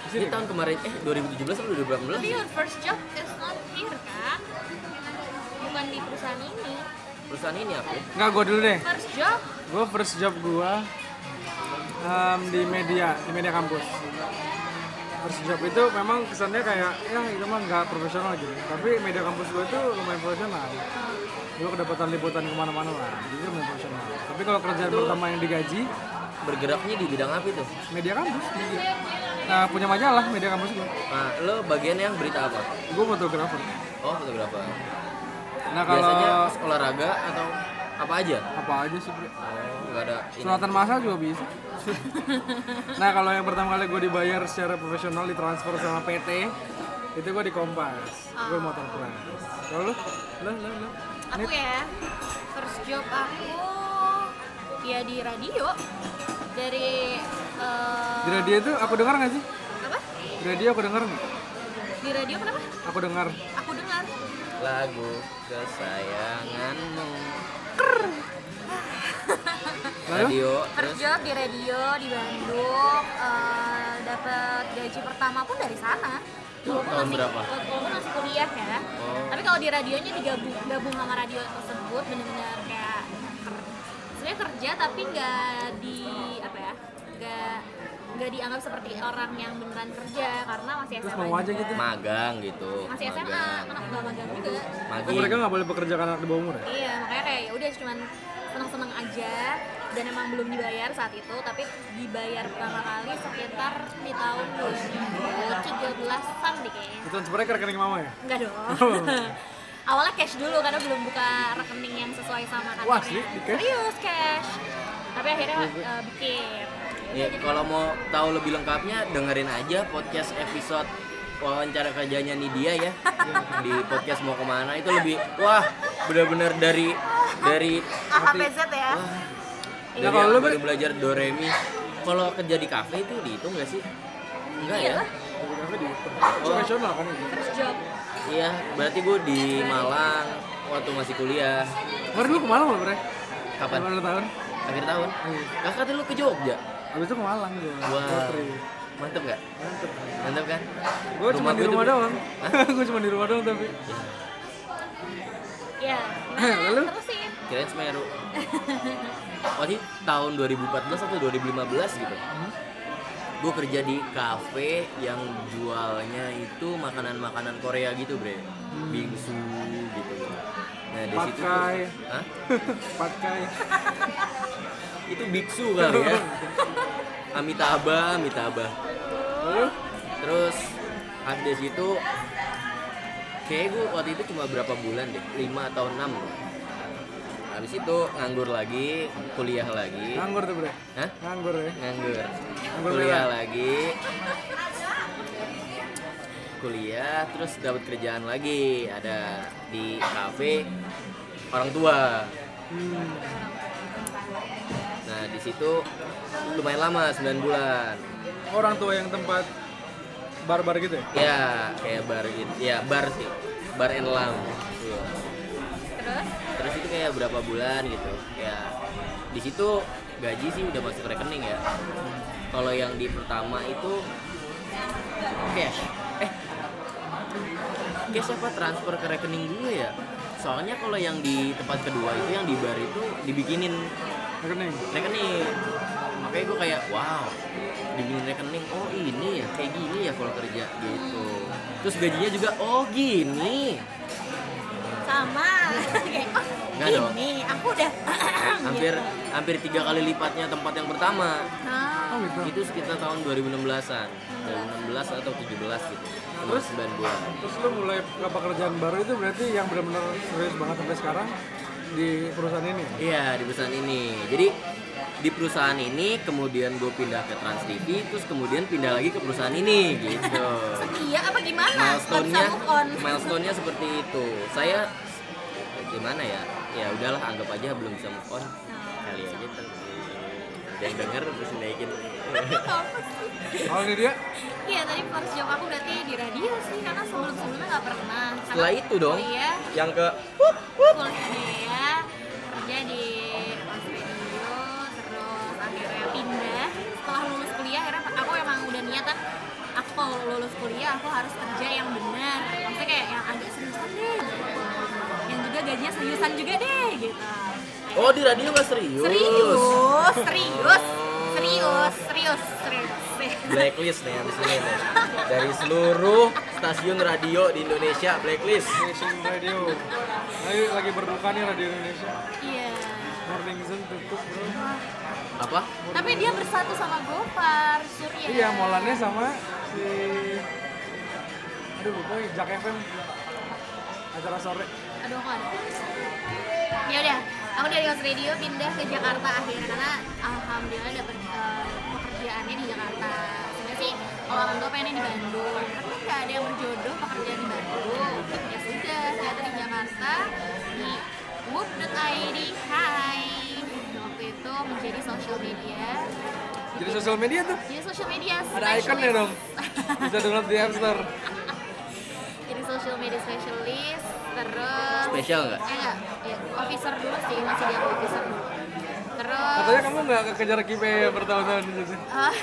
S2: Di sini Iya.
S1: ini tahun kemarin eh 2017 atau 2018
S3: Tapi your first job is not here kan? Bukan di perusahaan ini.
S1: perusahaan ini aku
S2: Enggak, gue dulu deh.
S3: First job
S2: Gue first job gue em, di media, di media kampus. First job itu memang kesannya kayak, ya itu mah nggak profesional gitu. Tapi media kampus gue itu lumayan profesional. Gue kedapatan liputan kemana-mana lah, jadi lumayan profesional. Tapi kalau kerjaan pertama yang digaji,
S1: bergeraknya di bidang apa itu
S2: media kampus. Nah, punya majalah media kampus gue.
S1: nah lo bagian yang berita apa
S2: Gue fotografer.
S1: oh fotografer
S2: Nah
S1: biasanya
S2: kalau
S1: pas olahraga atau apa aja
S2: apa aja sih, Bre?
S1: oh nggak ada ini.
S2: Sunatan masal juga bisa. nah kalau yang pertama kali gue dibayar secara profesional ditransfer sama PT itu gue di Kompas, gue
S1: Ah.
S2: motor kelas. Kalau lu, lu, lu, lu.
S3: aku ya. First job aku ya di radio dari eh,
S2: Di radio itu aku dengar nggak sih?
S3: apa?
S2: Di radio aku dengar nggak?
S3: Di radio kenapa?
S2: Aku dengar.
S3: Aku dengar
S1: lagu kesayanganmu
S2: Lalu
S1: radio
S3: first job di radio di Bandung eh, dapat gaji pertama pun dari sana. Walaupun
S1: Tahun
S3: masih-
S1: berapa?
S3: Walaupun masih kuliah ya.
S1: Oh.
S3: Tapi kalau di radionya digabung gabung sama radio tersebut benar-benar kayak ker- sebenarnya kerja tapi nggak di apa ya? Nggak nggak dianggap seperti orang yang beneran kerja karena masih SMA.
S2: Terus mau aja
S3: juga.
S2: gitu.
S1: magang gitu
S3: Masih SMA,
S1: magang
S3: anak nggak magang juga.
S2: Oh,
S1: magang
S2: mereka nggak boleh bekerja karena anak di bawah umur ya?
S3: Iya, makanya kayak ya udah cuman seneng-seneng aja dan emang belum dibayar saat itu, tapi dibayar pertama kali sekitar di tahun 2013-an deh kayaknya.
S2: Itu transfernya ke rekening mama ya?
S3: Enggak dong.
S1: Oh.
S3: Awalnya cash dulu karena belum buka rekening yang sesuai sama kantornya.
S2: Wah, asli? Di cash?
S3: Serius cash. Tapi akhirnya eh, bikin.
S1: Ya, kalau mau tahu lebih lengkapnya dengerin aja podcast episode wawancara kerjanya nih dia ya di podcast mau kemana itu lebih wah benar-benar dari dari
S3: AHPZ ya.
S1: dari,
S2: Iya, kalau lu,
S1: dari
S2: Bre?
S1: belajar doremi kalau kerja di kafe itu dihitung nggak sih enggak ya
S3: Iya lah.
S2: Fotografer di
S1: Oh.
S2: profesional kan itu.
S3: First job.
S1: iya berarti gue di Malang waktu masih kuliah
S2: Kemarin lu ke Malang loh, Bre?
S1: kapan
S2: Kemarin tahun?
S1: akhir tahun kakak tuh lu ke Jogja
S2: Abis itu ke Malang gue.
S1: Wah.
S2: Rotary.
S1: Mantep nggak?
S2: Mantep.
S1: Mantep kan?
S2: Gue cuma di
S1: tuh-
S2: rumah doang.
S1: Hah?
S2: gue cuma di rumah doang tapi.
S3: ya
S1: Eh,
S2: Lalu?
S3: gimana terus sih
S1: Kirain Semeru. Waktu itu tahun 2014 atau 2015 gitu. Gue kerja di kafe yang jualnya itu makanan-makanan Korea gitu, Bre. Bingsu gitu. Nah, di situ tuh-
S2: Pakai.
S1: Hah?
S2: Pakai.
S1: Itu biksu kali ya. Amitabha, Amitabha.
S2: Lalu?
S1: Terus habis itu kayak gue waktu itu cuma berapa bulan deh, 5 atau 6 Habis itu nganggur lagi, kuliah lagi.
S2: Nganggur tuh bre.
S1: Hah?
S2: Nganggur ya.
S1: Nganggur.
S2: Nganggur
S1: Kuliah
S2: beneran.
S1: lagi. Kuliah terus dapat kerjaan lagi, ada di kafe orang tua.
S2: Hmm.
S1: Nah, di situ lumayan lama 9 bulan.
S2: Orang tua yang tempat barbar gitu ya.
S1: Ya, kayak bar gitu. Ya, bar sih. Bar and lounge. Iya.
S3: terus
S1: terus itu kayak berapa bulan gitu ya di situ gaji sih udah masuk rekening ya kalau yang di pertama itu cash eh cash apa transfer ke rekening dulu ya soalnya kalau yang di tempat kedua itu yang di bar itu dibikinin
S2: Rekening.
S1: rekening makanya gue kayak wow dibikinin rekening oh ini ya kayak gini ya kalau kerja gitu terus gajinya juga oh gini
S3: sama kayak
S1: Nggak
S3: oh
S1: dong.
S3: ini aku udah
S1: hampir
S3: gitu.
S1: hampir tiga kali lipatnya tempat yang pertama
S3: nah
S2: Oh gitu.
S1: itu sekitar tahun 2016-an 2016 atau 17 gitu cuma 9 bulan
S2: Terus lu mulai apa kerjaan baru itu berarti yang benar-benar serius banget sampai sekarang di perusahaan ini.
S1: iya di perusahaan ini jadi di perusahaan ini kemudian gue pindah ke Trans TV terus kemudian pindah lagi ke perusahaan ini gitu
S3: iya apa gimana Nggak bisa
S1: milestone-nya
S3: move on
S1: milestone-nya seperti itu saya gimana ya ya udahlah anggap aja belum bisa move
S3: Oh,
S1: on kali aja ntar yang denger terus naikin
S2: Kalau ini dia
S3: Iya tadi first job aku berarti di radio sih karena sebelum sebelumnya nggak pernah. Karena
S1: setelah itu dong
S3: Kuliah,
S1: yang ke
S3: kuliah kerja di Trans radio terus akhirnya pindah. Setelah lulus kuliah akhirnya aku emang udah niatan aku kalau lulus kuliah aku harus kerja yang benar. Maksudnya kayak yang agak seriusan deh, gitu. yang juga gajinya seriusan juga deh gitu.
S1: oh di radio nggak serius
S3: Serius, serius, serius, serius, serius.
S1: blacklist nih habis ini nih. dari seluruh stasiun radio di Indonesia blacklist
S2: Nation Radio. Lagi lagi berduka nih Radio Indonesia.
S3: Iya.
S2: Morning Zone tutup bro.
S1: apa
S3: Tapi dia bersatu sama Gopar, Surya.
S2: Iya, molannya sama si Aduh, gue Jack FM acara sore.
S3: Aduh, aku ada. Ya udah, aku dari House Radio pindah ke Jakarta akhirnya karena alhamdulillah dapat eh, pekerjaannya di Jakarta. Sebenarnya sih kalau orang tua pengennya di Bandung, tapi kan nggak ada yang berjodoh pekerjaan di Bandung. Ya sudah, ternyata di Jakarta di Woop.id, hai. Waktu itu menjadi social media.
S2: Jadi sosial media tuh
S3: Jadi social media
S2: ada ikonnya dong. Bisa download di App Store.
S3: jadi social media specialist terus
S1: Spesial nggak?
S3: eh enggak ya, officer dulu sih masih di aku officer dulu terus
S2: Katanya kamu nggak kejar KIP E bertahun-tahun di situ.
S3: eh,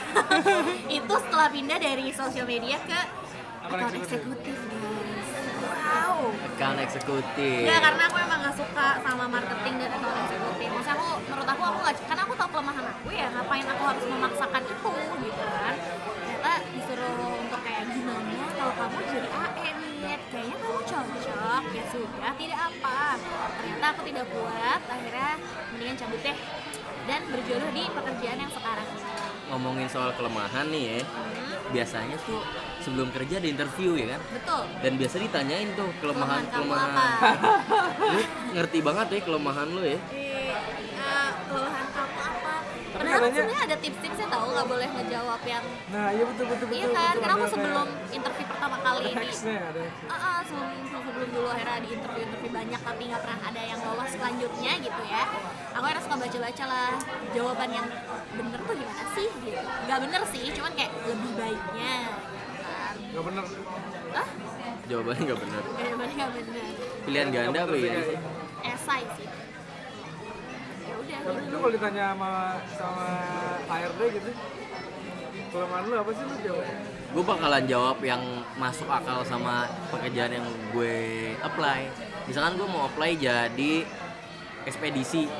S3: itu setelah pindah dari social media ke
S2: Account
S3: account eksekutif guys wow
S1: account eksekutif
S3: Ya karena aku emang gak suka sama marketing dan account eksekutif Maksudnya aku, menurut aku, aku gak, karena aku tahu kelemahan aku ya Ngapain aku harus memaksakan itu gitu kan Ternyata disuruh untuk kayak gimana kalau kamu jadi AE nih Kayaknya kamu cocok, ya sudah tidak apa Ternyata aku tidak kuat, akhirnya mendingan cabut deh Dan berjodoh di pekerjaan yang sekarang ini
S1: ngomongin soal kelemahan nih ya
S3: Hmm,
S1: biasanya tuh sebelum kerja ada interview ya kan
S3: Betul
S1: dan biasa ditanyain tuh kelemahan
S3: Kelemahan kamu
S1: kelemahan
S3: apa?
S1: lu ngerti banget ya kelemahan lu ya
S3: Eh, eh, kelelahan kamu apa?
S2: Tapi
S3: Padahal
S2: katanya-
S3: sebenarnya ada tips-tipsnya tahu nggak boleh ngejawab yang
S2: Nah, iya betul betul
S3: iya
S2: betul.
S3: kan?
S2: betul,
S3: Karena aku
S2: ada-
S3: sebelum interview pertama kali
S2: ada
S3: ini,
S2: X-nya ada.
S3: ah ah, sebelum sebelum dulu akhirnya di interview interview banyak tapi nggak pernah ada yang lolos selanjutnya gitu ya. Aku akhirnya suka baca-baca lah jawaban yang bener tuh gimana sih? Gitu. Gak bener sih, cuman kayak lebih baiknya. gitu kan.
S2: Gak bener.
S3: Ah,
S1: jawabannya nggak benar
S3: jawabannya nggak bener.
S1: pilihan ganda apa ya
S3: Esai sih. Ya udah.
S2: Tapi itu kalau ditanya sama sama HRD ada gitu kelemahan lu apa sih lu
S1: Ah.
S2: jawabnya
S1: gue bakalan jawab yang masuk akal sama pekerjaan yang gue apply misalkan gue mau apply jadi ekspedisi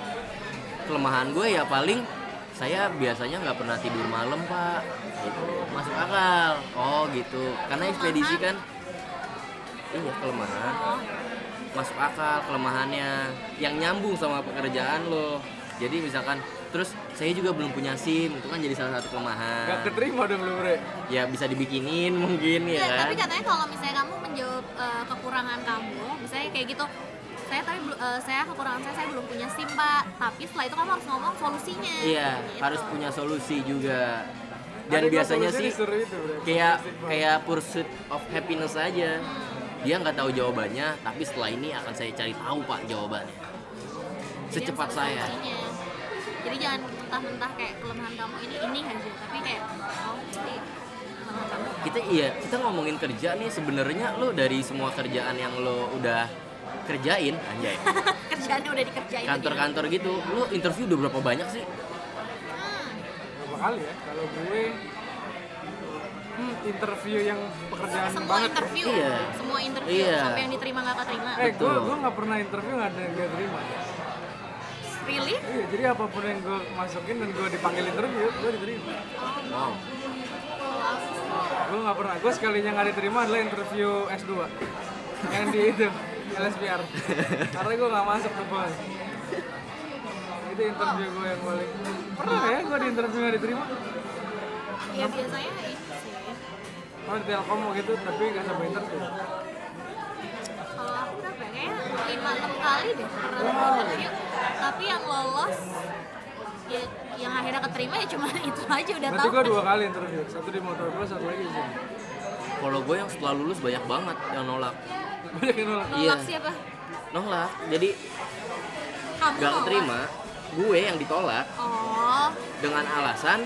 S1: kelemahan gue ya paling saya biasanya nggak pernah tidur malam pak gitu. masuk akal oh gitu karena ekspedisi kan iya kelemahan
S3: Oh,
S1: masuk akal kelemahannya yang nyambung sama pekerjaan lo jadi misalkan terus saya juga belum punya sim itu kan jadi salah satu kelemahan
S2: nggak keterima dong lu bre
S1: ya bisa dibikinin mungkin ya
S3: Iya,
S1: kan
S3: tapi katanya kalau misalnya kamu menjawab eh, kekurangan kamu, misalnya kayak gitu, saya tapi bel- eh, saya kekurangan saya saya belum punya SIM, Pak. Tapi setelah itu kamu harus ngomong solusinya.
S1: iya
S3: Gitu.
S1: harus punya solusi juga
S2: Tapi
S1: dan
S2: gua
S1: biasanya
S2: solusi
S1: sih
S2: disuruh itu, bre.
S1: kayak
S2: Solusi gua.
S1: kayak pursuit of happiness aja dia nggak tahu jawabannya tapi setelah ini akan saya cari tahu pak jawabannya
S3: Jadi
S1: secepat
S3: harus ada
S1: saya
S3: solusinya. Jadi jangan mentah-mentah kayak kelemahan kamu ini ini aja, tapi kayak oh, ini kelemahan kamu.
S1: kita iya kita ngomongin kerja nih sebenarnya lo dari semua kerjaan yang lo udah kerjain anjay
S3: Iya. Kerjaannya udah dikerjain.
S1: kantor-kantor gitu lo interview udah berapa banyak sih
S3: Hmm.
S2: berapa kali ya kalau gue hmm, interview yang pekerjaan
S3: Semua
S2: banget
S3: interview,
S1: Iya.
S3: semua interview
S1: Iya.
S3: sampai yang diterima nggak keterima.
S2: eh gue
S1: Betul.
S2: gue nggak pernah interview nggak ada yang gak terima
S3: Really?
S2: iya jadi apapun yang gue masukin dan gue dipanggil interview gue diterima
S1: wow
S3: Oh, aku-
S2: gue nggak pernah gue sekalinya nggak diterima adalah interview S2 yang di itu LSPR karena gue nggak masuk ke bos itu interview gue yang paling pernah ya gue di interview nggak diterima
S3: ya biasanya ini sih.
S2: Oh, di Telkom gitu, tapi nggak sampai interview.
S3: Kalau aku berapa ya? Kayaknya lima enam kali deh pernah interview. Tapi yang lolos ya, yang akhirnya keterima ya cuma itu aja udah
S2: Berarti
S3: tahu. kan
S2: gue dua kali interview, satu di motor gue, satu lagi di sini.
S1: kalau gue yang setelah lulus banyak banget yang nolak
S2: Banyak yang nolak.
S1: Iya.
S3: Nolak siapa?
S1: nolak jadi
S3: Kamu
S1: gak
S3: nolak?
S1: keterima gue yang ditolak
S3: Oh,
S1: dengan alasan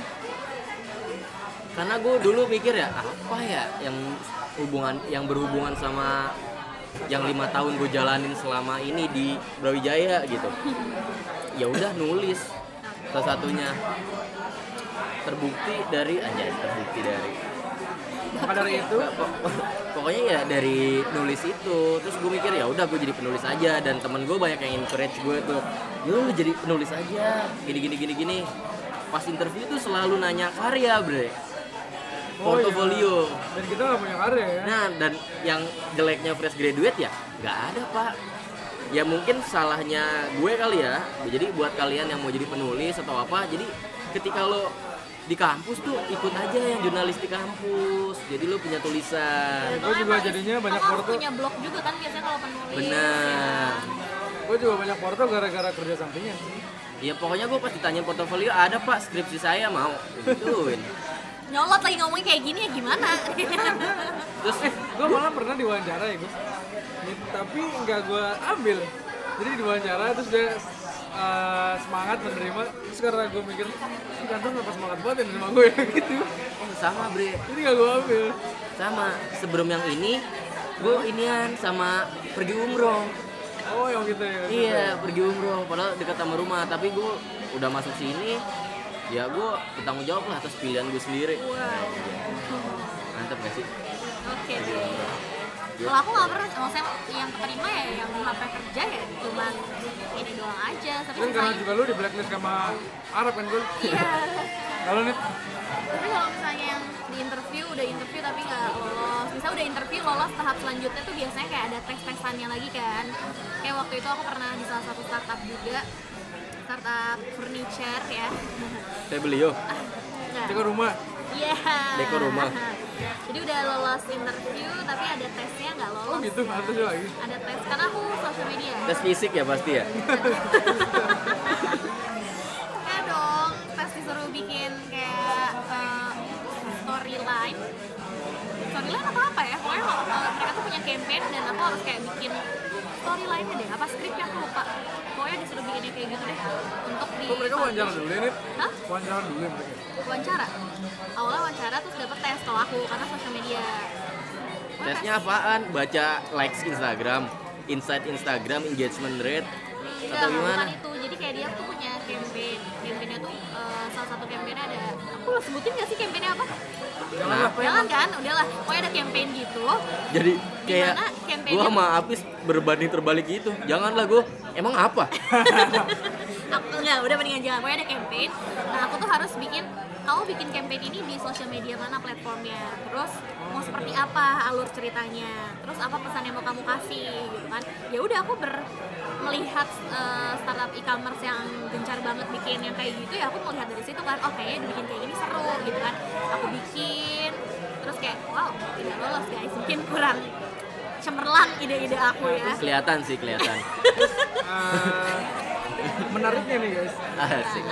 S1: karena gue dulu mikir ya apa ya yang hubungan yang berhubungan sama yang lima tahun gue jalanin selama ini di Brawijaya gitu ya udah nulis salah satunya terbukti dari anjay terbukti dari
S2: Maka dari itu, oh
S1: Nggak, pok- pokoknya ya dari nulis itu terus gue mikir ya udah gue jadi penulis aja dan temen gue banyak yang encourage gue tuh ya lu jadi penulis aja gini gini gini gini pas interview tuh selalu nanya karya bre
S2: Oh, iya.
S1: portofolio
S2: dan kita nggak punya karya ya.
S1: nah dan yang jeleknya fresh graduate ya nggak ada pak ya mungkin salahnya gue kali ya jadi buat kalian yang mau jadi penulis atau apa jadi ketika lo di kampus tuh ikut aja yang jurnalistik kampus jadi lo punya tulisan
S2: Gua juga
S3: Pak Is,
S2: jadinya banyak
S3: kamu harus
S2: porto.
S3: kan punya blog juga kan biasanya kalau penulis.
S1: Benar.
S2: Gue juga banyak porto gara-gara kerja sampingan.
S1: Ya pokoknya gue pas ditanya portofolio ada pak skripsi saya mau gituin.
S3: Ya. Nyolot lagi ngomongnya kayak gini ya gimana?
S1: Terus eh,
S2: Gue malah pernah diwawancara ya, Gus. Ni- Tapi nggak gue ambil. Jadi diwawancara terus dia eh, semangat menerima. Terus karena gue mikir, ini kantor nggak semangat banget ya menerima gue gitu.
S1: oh, sama bre,
S2: Jadi nggak gue ambil.
S1: sama sebelum yang ini gue inian sama pergi umroh.
S2: Oh yang gitu ya.
S1: Iya pergi umroh padahal dekat sama rumah tapi gue udah masuk sini ya gue bertanggung jawab lah atas pilihan gue sendiri. Mantap gak sih?
S3: Oke deh.
S2: Iya.
S3: Kalau aku nggak pernah, maksudnya yang keterima ya yang apa kerja ya cuman ini doang aja. Tapi
S2: Dan Kan karena
S3: sisanya-
S2: juga lu di blacklist sama Arab kan gue.
S3: Iya.
S2: Kalau nih
S3: Tapi kalau misalnya yang di interview udah interview tapi nggak lolos, misalnya udah interview lolos tahap selanjutnya tuh biasanya kayak ada tes-tesannya lagi kan. Kayak waktu itu aku pernah di salah satu startup juga, startup furniture ya.
S1: Saya beli yo.
S3: Nah,
S2: jaga rumah.
S3: Iya.
S1: Dekor rumah.
S3: Jadi udah lolos interview tapi ada tesnya nggak
S2: Oh
S3: lolos.
S2: gitu, harus lagi.
S3: Ada tes karena aku social media.
S1: Tes fisik ya pasti ya.
S3: Enggak dong, pas disuruh bikin kayak eh, storyline Storyline atau apa ya? Pokoknya kalau kalau mereka tuh punya campaign dan aku harus kayak bikin storyline-nya deh Apa skripnya aku lupa Pokoknya disuruh bikinnya kayak gitu deh Untuk di
S2: Oh, mereka wawancara dulu ya, Nit?
S3: Hah?
S2: Wawancara dulu ya mereka.
S3: Wawancara? Awalnya wawancara terus dapet tes kalau aku karena social media Pokoknya
S1: Tesnya apaan? Baca likes Instagram, insight Instagram, engagement rate
S3: Enggak,
S1: atau
S3: bukan
S1: gimana?
S3: itu. Jadi kayak dia tuh punya campaign. Campaignnya tuh eh, salah satu campaignnya ada udah sebutin gak sih kampanye apa?
S2: Jangan
S1: Nah.
S2: lah, Pak.
S3: Jangan kan? Udahlah, pokoknya ada campaign gitu.
S1: Jadi kayak
S3: Dimana campaign-
S1: gua sama Apis berbanding terbalik gitu. Janganlah gua. Emang apa?
S3: Aku enggak, udah mendingan jangan. Pokoknya ada campaign. Nah, aku tuh harus bikin kamu bikin campaign ini di sosial media mana platformnya terus mau seperti apa alur ceritanya terus apa pesan yang mau kamu kasih gitu kan ya udah aku ber melihat eh, startup e-commerce yang gencar banget bikin yang kayak gitu ya aku melihat dari situ kan oh kayaknya dibikin kayak gini seru gitu kan aku bikin terus kayak wow tidak lolos guys mungkin kurang cemerlang ide-ide aku ya
S1: kelihatan sih kelihatan.
S2: Eh, menariknya nih guys
S1: Asik.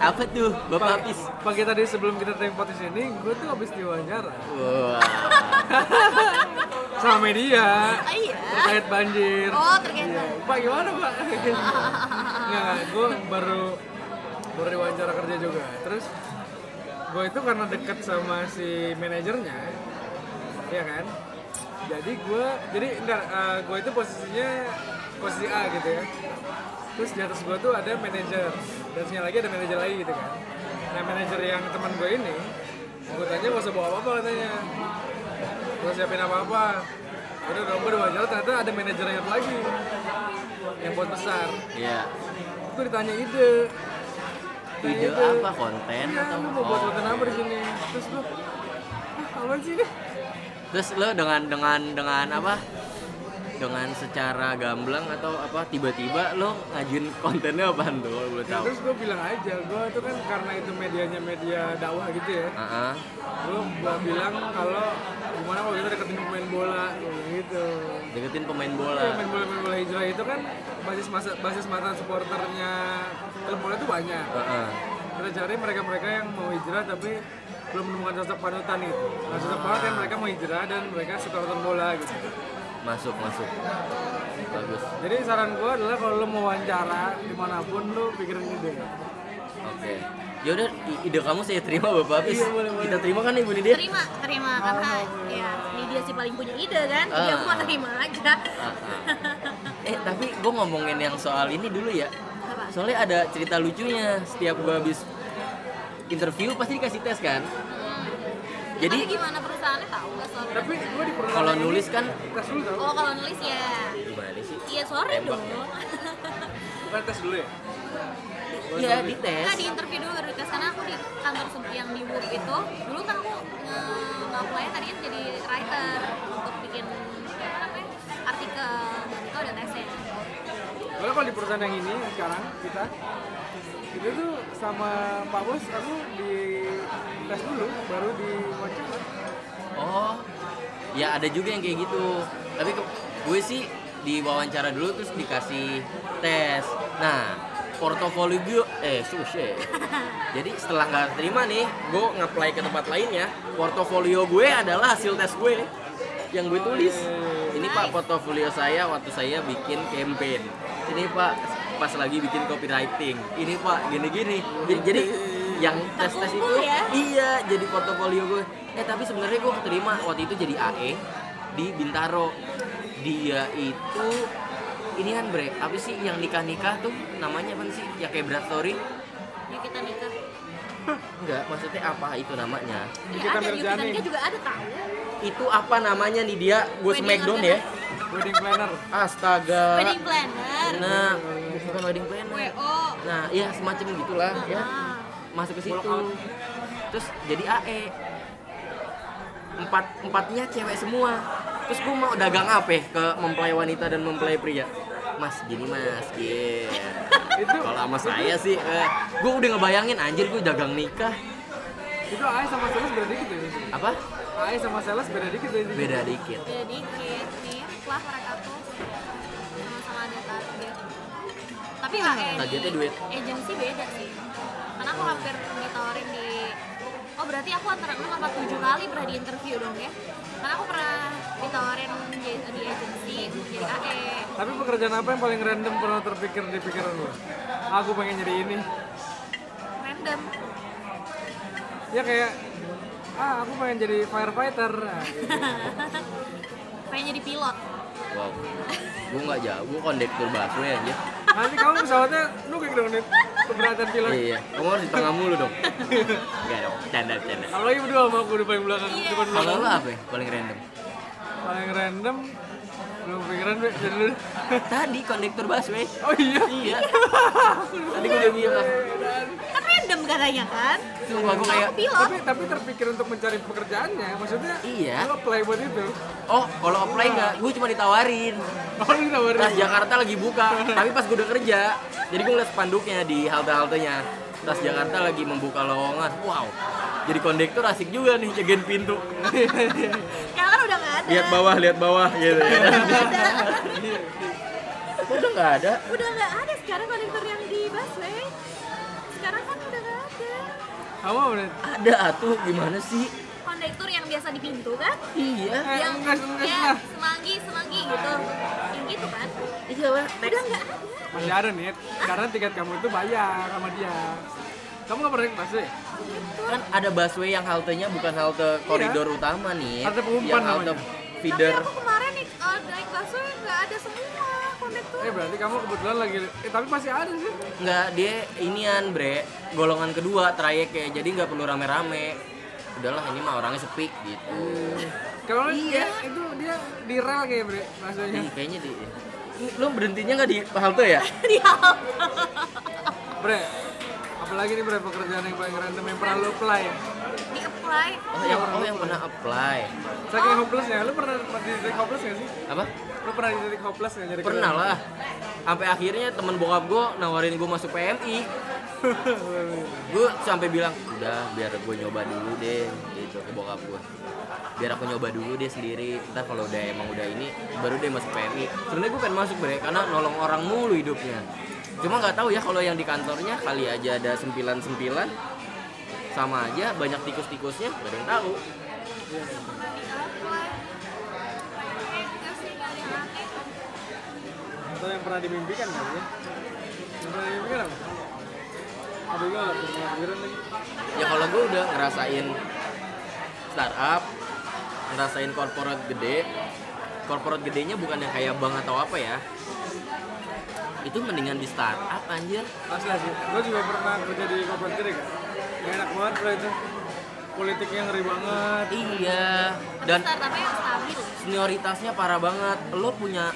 S1: Ah, Apa tuh,
S2: Pagi-
S1: Bapak Apis?
S2: pagi tadi sebelum kita take podcast ini gue tuh habis diwawancara
S1: Wah.
S2: sama media
S3: Ah, iya
S2: terkait banjir
S3: Oh, terkait
S2: Iya.
S3: banjir.
S2: pak gimana pak nggak gue baru baru diwawancara kerja juga terus gue itu karena deket sama si manajernya ya kan jadi gue jadi ntar gue itu posisinya posisi A gitu ya terus di atas gue tuh ada manajer dan sini lagi ada manajer lagi gitu kan nah manajer yang teman gue ini gue tanya gak usah bawa apa-apa katanya Terus siapin apa-apa Udah dong, gue udah wajar, ternyata ada manajer yang satu lagi Yang buat besar
S1: Iya.
S2: Itu ditanya ide Tanya
S1: Ide apa konten
S2: Iya,
S1: atau
S2: lu mau buat konten apa di sini? Terus gue, ah apaan sih ini?
S1: Terus lo dengan dengan dengan apa? Dengan secara gamblang atau apa tiba-tiba lo ngajuin kontennya apaan tuh kalau boleh
S2: Ya,
S1: tahu?
S2: terus gue bilang aja, gue itu kan karena itu medianya media dakwah gitu ya
S1: Heeh.
S2: Gue gua bilang kalau gimana kalau kita deketin pemain bola gua bilang gitu
S1: Deketin pemain
S2: Ya,
S1: bola.
S2: Pemain bola, pemain bola hijrah itu kan basis masa, basis mata supporternya klub bola itu banyak
S1: Heeh.
S2: kita cari mereka-mereka yang mau hijrah tapi belum menemukan sosok panutan gitu nah sosok panutan mereka mau hijrah dan mereka suka nonton bola gitu
S1: Masuk, masuk. Bagus.
S2: jadi saran gua adalah kalau lo mau wawancara dimanapun lo pikirin ide
S1: Oke. Yaudah, i- ide kamu saya terima Bapak Apis. Kita terima kan Ibu Nidia?
S3: terima terima karena ya ini dia sih paling punya ide kan
S1: Ah.
S3: jadi aku mau terima aja
S1: Ah, ah. eh tapi gue ngomongin yang soal ini dulu ya
S3: Apa?
S1: soalnya ada cerita lucunya setiap gue habis interview pasti dikasih tes kan
S3: Hmm. jadi
S1: jadi
S3: gimana perusahaannya tahu nggak soal
S2: tapi gua di perkenalan
S1: kalau
S2: ini,
S1: nulis kan
S2: tes dulu tau
S3: oh kalau nulis ya
S1: gimana sih
S3: iya sore
S1: Tembak. ya.
S3: dong
S2: bukan tes dulu ya
S1: iya
S3: Nah, di
S1: dites
S3: interview dulu baru dites karena aku di kantor se- yang di Woop itu dulu kan aku nge- nge-apply tadinya jadi writer untuk bikin apa namanya artikel dan itu ada tesnya
S2: kalau kalau di perusahaan yang ini yang sekarang kita itu tuh sama pak bos aku di tes dulu baru di wawancara
S1: oh ya ada juga yang kayak gitu tapi ke- gue sih diwawancara dulu terus dikasih tes nah portofolio gue eh susah jadi setelah nggak terima nih gue nge-apply ke tempat lainnya portofolio gue adalah hasil tes gue yang gue tulis ini pak portofolio saya waktu saya bikin campaign ini pak pas lagi bikin copywriting ini pak gini-gini jadi, jadi yang tes tes itu
S3: Terkumpul ya.
S1: Iya, jadi portofolio gue. Eh tapi sebenarnya gue keterima waktu itu jadi AE di Bintaro. Dia itu ini kan bre, apa sih yang nikah nikah tuh namanya apa sih? Ya kayak Brad Story?
S3: yuk kita nikah
S1: Enggak, maksudnya apa itu namanya?
S3: ya
S2: Nikita
S3: ada yuk kita
S2: Mirzani.
S3: nikah juga ada tahu
S1: Itu apa namanya nih dia? Gue
S3: Wedding
S1: smackdown ya.
S2: wedding planner
S1: Astaga.
S3: wedding planner
S1: Nah, bukan wedding planner.
S3: wo
S1: Nah, iya semacam gitulah ya.
S3: Ah.
S1: Masuk ke situ. Terus jadi AE. Empat empatnya cewek semua. Terus gue mau dagang apa ya ke mempelai wanita dan mempelai pria? Mas, gini mas, yeah.
S2: Itu-
S1: Kalau sama saya sih, eh, gue udah ngebayangin anjir gue dagang nikah.
S2: itu AE sama sales beda dikit ya
S1: Apa?
S2: AE sama sales beda dikit ya
S1: Beda dikit.
S3: Jadi Iya, dikit nih, wah mereka tuh sama-sama ada target. Tapi nggak kayak
S1: Ah, Targetnya
S3: di
S1: duit.
S3: Agensi beda sih. Karena aku hampir ditawarin di Oh berarti aku antara 6 apa 7 kali pernah di interview dong ya Karena aku pernah ditawarin di, di agensi untuk jadi AE
S2: Tapi pekerjaan apa yang paling random pernah terpikir di pikiran lo? Aku pengen jadi ini.
S3: Random
S2: Ya kayak ah aku pengen jadi firefighter. Nah, gitu.
S3: Pengen jadi pilot
S1: Wow. Gue nggak jago kondektur busway ya, anjir.
S2: Nanti kamu pesawatnya nukik dong nih keberatan pilot.
S1: Iya, kamu harus di tengah mulu dong. Enggak dong, canda canda.
S2: Kalau lagi berdua sama aku di paling belakang, depan
S1: Kalau
S2: belakang.
S1: lu apa ya? Paling random.
S2: Paling random, belum pikiran deh jadi dulu.
S1: Tadi kondektur busway.
S2: Oh iya.
S1: Iya. Tadi gue udah bilang, iya
S3: Kan random katanya kan?
S1: sumpah gue kayak
S3: Aku pilot.
S2: Tapi tapi terpikir untuk mencari pekerjaannya, maksudnya
S1: Iya.
S2: lu apply buat itu.
S1: Oh, kalau apply nggak? Gue cuma ditawarin.
S2: Oh lu nawarin.
S1: Tas Jakarta lagi buka, tapi pas gue udah kerja, jadi gue ngeliat spanduknya di halte-haltenya. Tas Jakarta lagi membuka lowongan. Wow. Jadi kondektur asik juga nih jagain pintu.
S3: Karena kan udah nggak ada.
S1: lihat bawah, lihat bawah gitu.
S3: Udah nggak ada.
S1: udah nggak ada.
S3: Udah nggak ada sekarang kondektur yang di busway. Sekarang kan udah nggak ada.
S2: Kamu apa nih?
S1: Ada atuh gimana sih?
S3: Kondektur yang biasa di pintu kan?
S1: Iya.
S2: Eh,
S3: Yang
S2: enggak, enggak,
S3: ya
S2: enggak.
S3: semanggi semanggi gitu. Yang gitu kan?
S1: Iya lah.
S3: Udah nggak ada.
S2: Masih ada nih, karena tiket kamu itu bayar sama dia. Kamu nggak pernah pasti?
S1: Kan ada busway yang haltenya bukan halte koridor utama nih.
S2: Iya. Halte pengumpan
S1: yang halte
S2: namanya.
S1: feeder.
S3: Tapi aku kemarin nih eh, naik busway nggak ada semua kondektur.
S2: Eh berarti kamu kebetulan lagi, eh tapi masih ada sih.
S1: Nggak, dia inian bre, golongan kedua trayeknya, jadi nggak perlu rame-rame. Udahlah ini mah orangnya sepi gitu.
S2: Kalau iya. itu dia di rel kayak bre, maksudnya.
S1: Ih, kayaknya di Iya. lu berhentinya nggak di halte ya?
S3: Di halte.
S2: Bre, apalagi nih bre pekerjaan yang paling random yang pernah lu apply
S3: Di apply.
S1: Oh yang, oh, yang pernah apply.
S2: Saking hopelessnya, lu pernah di titik hopeless nggak sih?
S1: Apa?
S2: Lu pernah di titik hopeless nggak nyari
S1: Pernah lah. Sampai akhirnya teman bokap gue nawarin gue masuk PMI. gue sampai bilang udah biar gue nyoba dulu deh gitu ke bokap gue biar aku nyoba dulu deh sendiri ntar kalau udah emang udah ini baru deh masuk PMI sebenarnya gue pengen masuk bre karena nolong orang mulu hidupnya cuma nggak tahu ya kalau yang di kantornya kali aja ada sempilan sempilan sama aja banyak tikus-tikusnya gak ada yang tahu
S2: Atau yang pernah dimimpikan nggak ya? Yang pernah dimimpikan apa? Aduh gue nggak pernah kepikiran lagi.
S1: ya kalau gue udah ngerasain startup ngerasain korporat gede korporat gedenya bukan yang kayak bank atau apa ya itu mendingan di startup anjir
S2: Asli asli, gue juga pernah kerja di corporate gede kan? Gak enak banget bre itu. Politiknya ngeri banget.
S1: iya
S3: Dan
S1: dan
S3: startupnya yang stabil.
S1: senioritasnya parah banget lo punya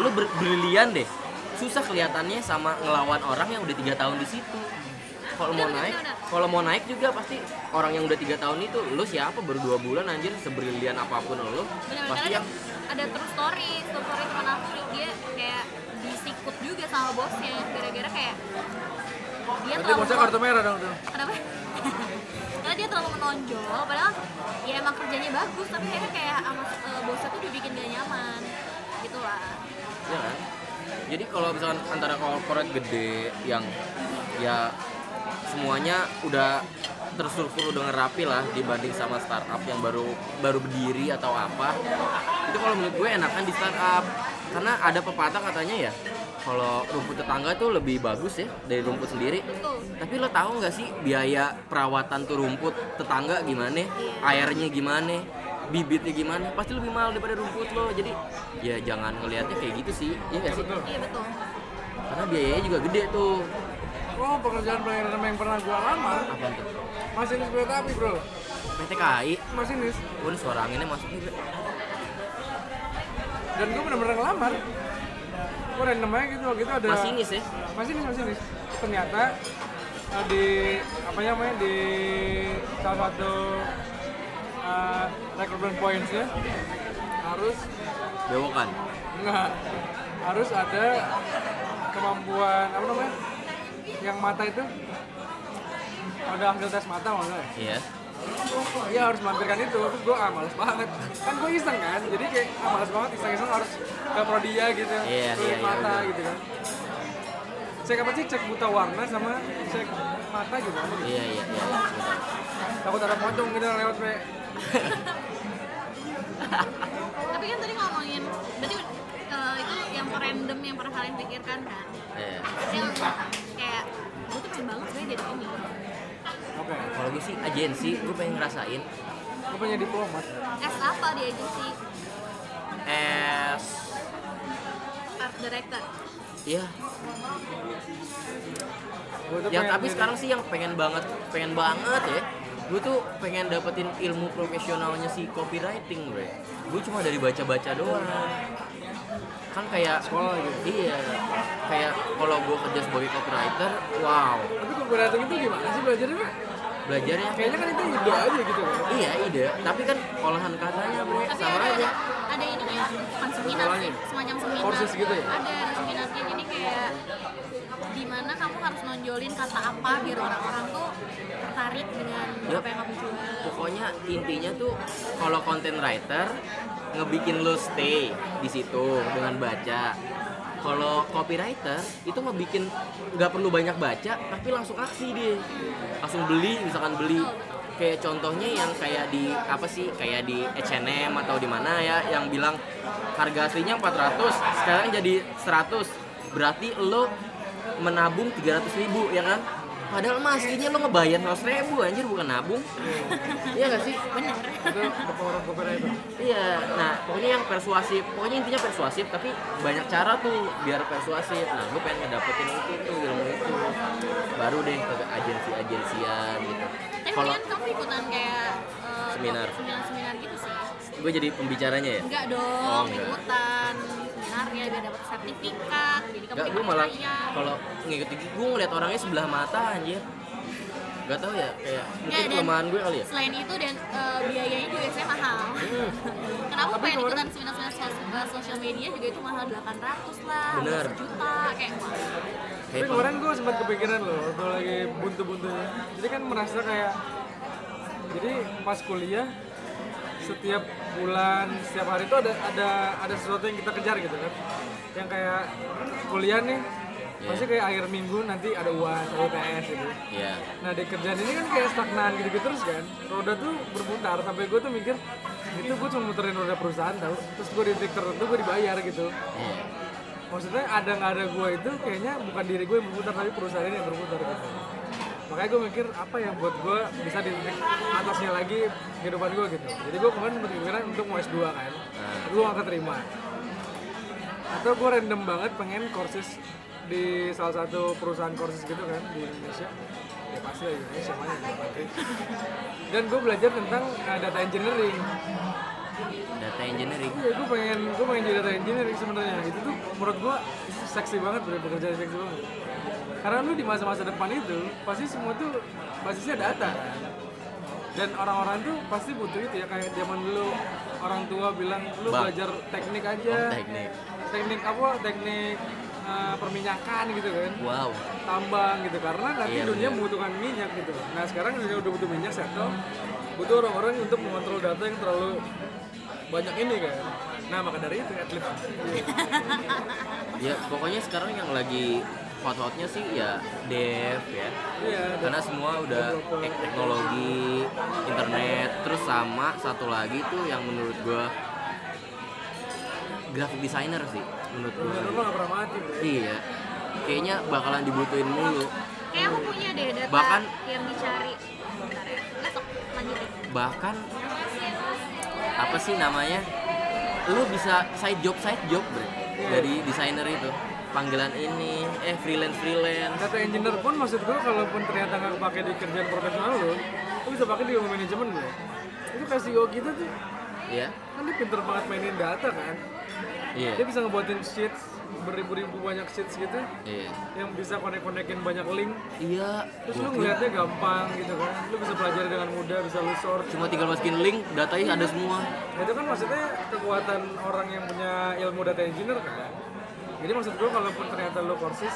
S1: lo ber- brilian deh susah kelihatannya sama ngelawan orang yang udah tiga tahun di situ kalau mau
S3: Bener,
S1: naik
S3: bener.
S1: kalau mau naik juga pasti orang yang udah tiga tahun itu lo siapa baru dua bulan anjir sebrilian apapun lo
S3: Benar-benar
S1: pasti
S3: ada,
S1: yang
S3: ada true story, true story teman aku dia kayak disikut juga sama bosnya gara-gara kayak dia
S2: Berarti
S3: terlalu
S2: bosnya kartu merah dong tuh.
S3: kenapa? Karena dia terlalu menonjol, padahal ya emang kerjanya bagus, tapi akhirnya kayak sama eh, bosnya tuh dibikin gak nyaman, gitu lah.
S1: ya kan? Jadi kalau misalkan antara corporate gede yang ya semuanya udah terstruktur udah ngerapi lah dibanding sama startup yang baru baru berdiri atau apa itu kalau menurut gue enakan di startup karena ada pepatah katanya ya kalau rumput tetangga tuh lebih bagus ya dari rumput sendiri
S3: Betul.
S1: tapi lo tahu nggak sih biaya perawatan tuh rumput tetangga gimana
S3: Iya.
S1: airnya gimana bibitnya gimana pasti lebih mahal daripada rumput lo jadi ya jangan ngelihatnya kayak gitu sih iya nggak sih
S3: Iya betul.
S1: karena biayanya juga gede tuh
S2: Oh pekerjaan paling random yang pernah gue lamar
S1: apa tuh
S2: masih di kereta api bro.
S1: PT KAI
S2: Masih nih.
S1: Wah, ini suara anginnya masuk nih Bre.
S2: dan gue bener-bener ngelamar gue random aja gitu waktu itu ada
S1: masinis ya
S2: masinis masinis ternyata eh, di apa namanya di salah satu eh, recruitment pointsnya harus
S1: bewokan
S2: enggak harus ada kemampuan apa namanya yang mata itu ada hasil tes mata malah
S1: iya
S2: Iya harus mampirkan itu, terus gue ah males banget Kan gue iseng kan, jadi kayak ah males banget iseng-iseng harus ke prodia gitu
S1: Iya,
S2: Tulis
S1: iya, iya,
S2: mata
S1: bener.
S2: gitu kan Cek apa sih? Cek buta warna sama cek mata gitu kan
S1: iya iya iya
S2: Takut ada pocong gitu lewat kayak
S3: Tapi kan tadi ngomongin, berarti eh, itu yang random yang pernah kalian pikirkan kan?
S1: Iya.
S3: Terus yang kayak gue tuh pengen banget sebenarnya jadi ini.
S2: Oke,
S1: kalau gue sih agensi gue pengen ngerasain
S2: gue punya diplomat
S3: S apa di agensi
S1: es
S3: art director?
S1: Iya.
S2: Gua tuh
S1: Ya
S2: pengen-
S1: tapi sekarang sih yang pengen banget, pengen banget ya. Gue tuh pengen dapetin ilmu profesionalnya si copywriting, bre. Gue cuma dari baca-baca doang. Kan kayak
S2: Sekolah gitu.
S1: Iya. Kayak kalau gue kerja sebagai copywriter, wow.
S2: tapi copywriting itu gimana sih belajarnya pak
S1: Belajarnya
S2: kayaknya kan itu ide aja gitu kan
S1: Iya, ide. Tapi kan olahan katanya, bre,
S3: tapi
S1: sama
S3: ada,
S1: aja.
S3: ada ada ininya bukan seminar sih semacam seminar
S2: Kursus gitu ya?
S3: ada seminarnya jadi kayak gimana kamu harus nonjolin kata apa biar orang-orang tuh tertarik dengan
S1: Yap.
S3: apa yang kamu jual
S1: pokoknya intinya tuh kalau content writer ngebikin lo stay di situ dengan baca kalau copywriter itu ngebikin nggak perlu banyak baca tapi langsung aksi dia langsung beli misalkan beli kayak contohnya yang kayak di apa sih kayak di H&M atau di mana ya yang bilang harga aslinya 400 sekarang jadi 100 berarti lo menabung 300.000 ribu ya kan padahal mah aslinya lo ngebayar 100.000 anjir bukan nabung Iya gak sih?
S3: bener
S2: itu the power of copywriting
S1: Iya. Nah, pokoknya yang persuasif, pokoknya intinya persuasif tapi banyak cara tuh biar persuasif. Nah, gue pengen ngedapetin itu tuh ilmu itu. Baru deh ke agensi-agensian gitu.
S3: tapi
S1: Kalau
S3: mendingan kamu ikutan kayak eh,
S1: Seminar.
S3: seminar-seminar gitu sih
S1: gue jadi pembicaranya ya.
S3: enggak
S1: Oh,
S3: dong
S1: enggak.
S3: ikutan seminar ya biar dapat sertifikat jadi kamu
S1: Enggak, gue
S3: dipercaya.
S1: malah kalau ngikutin gue ngeliat orangnya sebelah mata anjir. Gak tau ya, kayak
S3: Ya,
S1: mungkin
S3: dan
S1: kelemahan gue kali ya.
S3: Selain itu dan eh, biayanya juga saya mahal.
S1: Hmm.
S3: Kenapa pengen ikutan seminar-seminar sos- eh, sosial media juga itu mahal 800 lah,
S1: Bener.
S3: juta kayak wah.
S1: Kayak
S2: Tapi
S1: pem-
S2: kemarin gue sempat kepikiran loh waktu lagi buntu-buntunya. Jadi kan merasa kayak jadi pas kuliah setiap bulan setiap hari itu ada ada ada sesuatu yang kita kejar gitu kan. Yang kayak kuliah nih pasti kayak akhir minggu nanti ada UAS, ada UTS gitu.
S1: Iya.
S2: Nah di kerjaan ini kan kayak stagnan gitu-gitu terus kan. Roda tuh berputar sampai gue tuh mikir itu gue cuma muterin roda perusahaan tau. Terus gue di titik tertentu gue dibayar gitu
S1: Iya.
S2: maksudnya ada nggak ada gue itu kayaknya bukan diri gue yang berputar tapi perusahaan ini yang berputar gitu makanya gue mikir apa yang buat gue bisa di titik atasnya lagi kehidupan gue gitu jadi gue kemarin berpikiran untuk mau S2 kan gue gak keterima atau gue random banget pengen kursus di salah satu perusahaan kursus gitu kan di Indonesia ya pasti lah Indonesia mana yang nggak pasti. dan gue belajar tentang eh, data engineering
S1: Data engineering.
S2: Iya, gue pengen gue pengen jadi data engineering sebenarnya. Itu tuh menurut gue seksi banget bro, bekerja seksi banget. Karena lu di masa-masa depan itu pasti semua tuh basisnya data. kan? Dan orang-orang tuh pasti butuh itu ya kayak zaman dulu orang tua bilang lu
S1: Bang.
S2: belajar teknik aja.
S1: Oh, teknik.
S2: Teknik apa? Teknik eh, perminyakan gitu kan
S1: Wow.
S2: tambang gitu karena nanti
S1: Iya,
S2: dunia
S1: benar.
S2: membutuhkan minyak gitu nah sekarang dunia udah butuh minyak settle butuh orang-orang untuk mengontrol data yang terlalu banyak ini kan nah maka dari itu at least
S1: Ya, pokoknya sekarang yang lagi hot-hotnya sih ya dev ya.
S2: iya
S1: karena semua udah tek- teknologi internet terus sama satu lagi tuh yang menurut gua graphic designer sih menurut gua
S2: bener lo gak pernah mati bro
S1: iya kayaknya bakalan dibutuhin mulu
S3: Kayak aku punya deh data
S1: Bahkan-
S3: yang dicari. Bentar ya, besok lanjutin.
S1: bahkan apa sih namanya lu bisa side job side job
S2: Iya.
S1: bro dari desainer itu panggilan ini eh freelance freelance
S2: data engineer pun maksud gua kalaupun ternyata nggak kepake di kerjaan profesional lo lo bisa pakai di ilmu manajemen bro itu kayak CEO kita tuh
S1: ya
S2: kan dia pinter banget mainin data kan
S1: iya
S2: dia bisa ngebuatin sheets beribu-ribu banyak sheets gitu
S1: iya
S2: yang bisa konek-konekin banyak link
S1: iya
S2: Terus lu ngeliatnya gampang gitu kan, lu bisa pelajari dengan mudah, bisa lu sort.
S1: cuma tinggal masukin link datanya ada semua
S2: Nah, itu kan maksudnya kekuatan orang yang punya ilmu data engineer kan. Jadi maksud gua kalaupun ternyata lu kursus,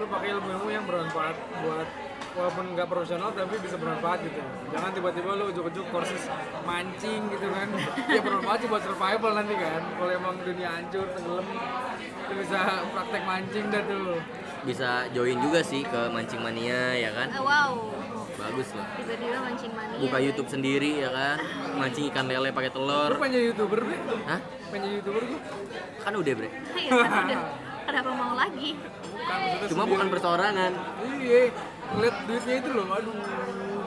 S2: lu pakai ilmu-ilmu yang bermanfaat buat walaupun nggak profesional tapi bisa bermanfaat gitu. Jangan tiba-tiba lu ujuk-ujuk kursus mancing gitu kan. ya bermanfaat sih buat survival nanti kan. Kalau emang dunia hancur, tenggelam, lu bisa praktek mancing dah tuh.
S1: bisa join juga sih ke mancing mania ya kan
S3: Eh, wow.
S1: bagus lah
S3: Tiba-tiba mancing mania.
S1: buka YouTube sendiri ya kan mancing ikan lele pakai
S2: Lu
S1: telur
S2: pengen jadi youtuber bre?
S1: hah
S2: Pengen jadi youtuber gua?
S1: kan udah bre
S3: Iya, kan udah. Kenapa mau lagi?
S2: Bukan, maksudnya
S1: cuma bukan perseorangan
S2: Iya, ngeliat duitnya itu loh, aduh.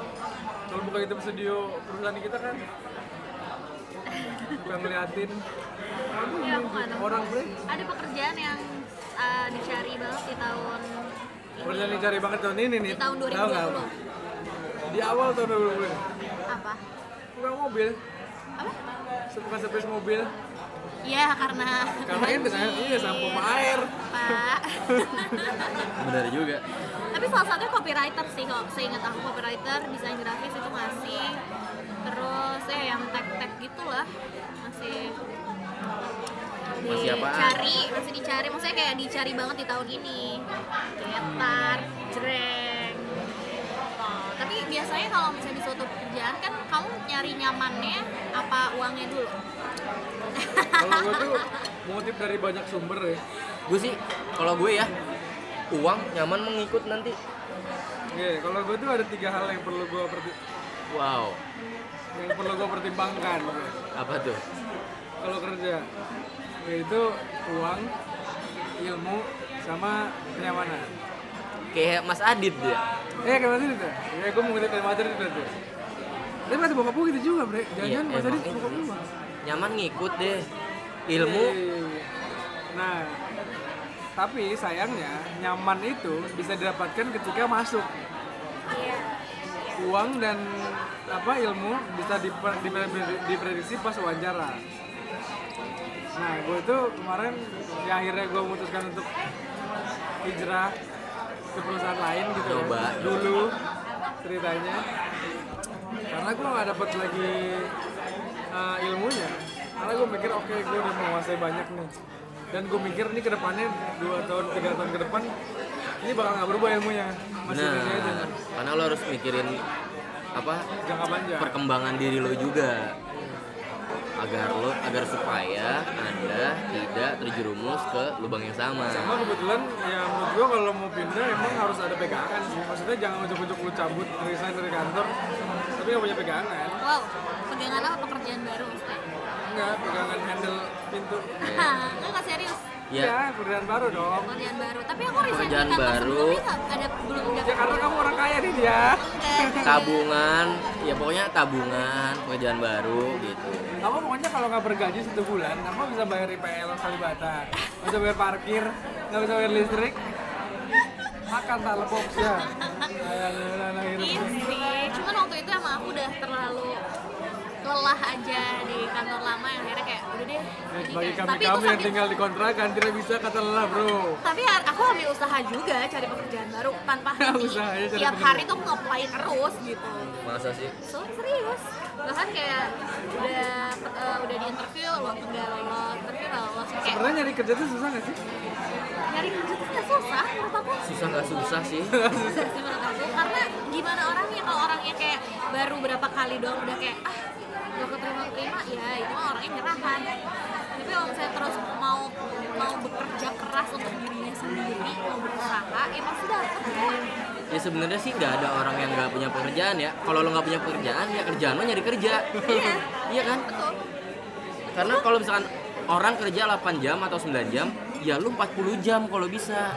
S2: Kalau buka YouTube studio perusahaan kita kan, bukan ngeliatin
S3: Ya aku nggak nemu.
S2: orang bre.
S3: Ada pekerjaan yang eh, dicari banget di tahun
S2: Udah dicari banget tahun ini nih.
S3: di tahun
S2: Tahu nggak apa?
S3: 2020
S2: Di awal tahun 2020.
S3: apa?
S2: Bukan mobil,
S3: Apa?
S2: bukan servis mobil.
S3: Iya karena
S2: Karena ini saya iya sampo sama air.
S3: Pak.
S1: Benar juga.
S3: Tapi salah satunya copywriter sih kalau seingat aku copywriter, desain grafis itu masih terus ya yang tag-tag gitulah masih
S1: Masih apaan?
S3: dicari, masih dicari, maksudnya kayak dicari banget di tahun ini getar, jreng Oh, tapi biasanya kalau misalnya di suatu pekerjaan kan kamu nyari nyamannya apa uangnya dulu
S2: Kalau gue tuh motif dari banyak sumber ya.
S1: Gue sih kalau gue ya uang nyaman mengikut nanti.
S2: Oke, kalau gue tuh ada tiga hal yang perlu gue
S1: Wow.
S2: yang perlu gue pertimbangkan
S1: Apa tuh?
S2: kalau kerja yaitu uang, ilmu, sama kenyamanan.
S1: Kayak Mas Adit dia.
S2: Eh, kayak Mas Adit ya? Ya, gue mau ngeliat kayak Mas Adit berarti. Tapi masih bokap gue gitu juga, bre. Jangan-jangan
S1: Iya,
S2: Mas Adit
S1: emang
S2: bokap
S1: iya.
S2: gue.
S1: Nyaman ngikut deh. Ilmu
S2: Iya. Nah, tapi sayangnya nyaman itu bisa didapatkan ketika masuk. Uang dan apa ilmu bisa diper- diper- diprediksi pas wawancara. Nah, gue itu kemarin ya akhirnya gue memutuskan untuk hijrah ke perusahaan lain gitu ya.
S1: Coba.
S2: dulu ceritanya karena gue nggak dapet lagi uh, ilmunya karena gue mikir oke gue udah menguasai banyak nih dan gue mikir ini kedepannya dua tahun tiga tahun ke depan ini bakal nggak berubah ilmunya iya. masih
S1: benar.
S2: ini aja
S1: Nah, Karena lo harus mikirin apa
S2: jangka panjang
S1: perkembangan diri lo juga agar lo agar supaya anda tidak terjerumus ke lubang yang sama
S2: Cuma kebetulan ya menurut gue kalau mau pindah emang harus ada pegangan sih. Maksudnya jangan ujuk-ujuk lu cabut resign dari kantor tapi gak punya pegangan.
S3: wow pegangan apa pekerjaan baru maksudnya
S2: Enggak, pegangan handle pintu.
S3: Enggak, nggak serius.
S2: Ya,
S1: ya
S2: pekerjaan baru dong.
S3: Pekerjaan baru. Tapi aku resign
S1: Pekerjaan
S3: di kantor
S1: baru.
S3: sebelumnya nggak ada belum ada.
S2: Ya karena kamu orang kaya nih dia.
S3: Enggak.
S1: tabungan ya pokoknya tabungan pekerjaan baru gitu
S2: Kamu pokoknya kalau nggak bergaji satu bulan, kamu bisa bayar IPL Kalibata, nggak bisa bayar parkir, nggak bisa bayar listrik, makan salah box ya. Anak-anak
S3: Iya
S2: hidup.
S3: sih. Cuman waktu itu emang aku udah terlalu lelah aja di kantor lama yang akhirnya kayak udah
S2: Ya,
S3: deh. ini
S2: Bagi
S3: kayak-
S2: kami kami
S3: itu
S2: yang
S3: sambil-
S2: tinggal di kontrakan tidak bisa kata lelah bro.
S3: tapi har- aku ambil usaha juga cari pekerjaan baru tanpa henti.
S2: Usahanya ya, cari
S3: Tiap
S2: pekerjaan.
S3: hari tuh ngeplay terus gitu.
S1: masa sih
S3: So, serius bahkan kayak udah eh, udah di interview lo enggak lolos interview nggak lolos kayak
S2: Sebenarnya nyari kerja tuh susah nggak sih?
S3: nyari kerja tuh nggak susah menurut aku
S1: susah nggak susah sih
S3: Susah sih menurut aku karena gimana orangnya kalau orangnya kayak baru berapa kali doang udah kayak ah gak keterima terima ya itu mah orangnya nyerahan tapi kalau misalnya terus mau mau bekerja keras untuk dirinya sendiri mau berusaha ya pasti dapet kok
S1: ya sebenarnya sih nggak ada orang yang nggak punya pekerjaan ya kalau lo nggak punya pekerjaan ya kerjaan lo nyari kerja
S3: iya
S1: iya kan
S3: betul
S1: karena kalau misalkan orang kerja 8 jam atau 9 jam ya lu 40 jam kalau bisa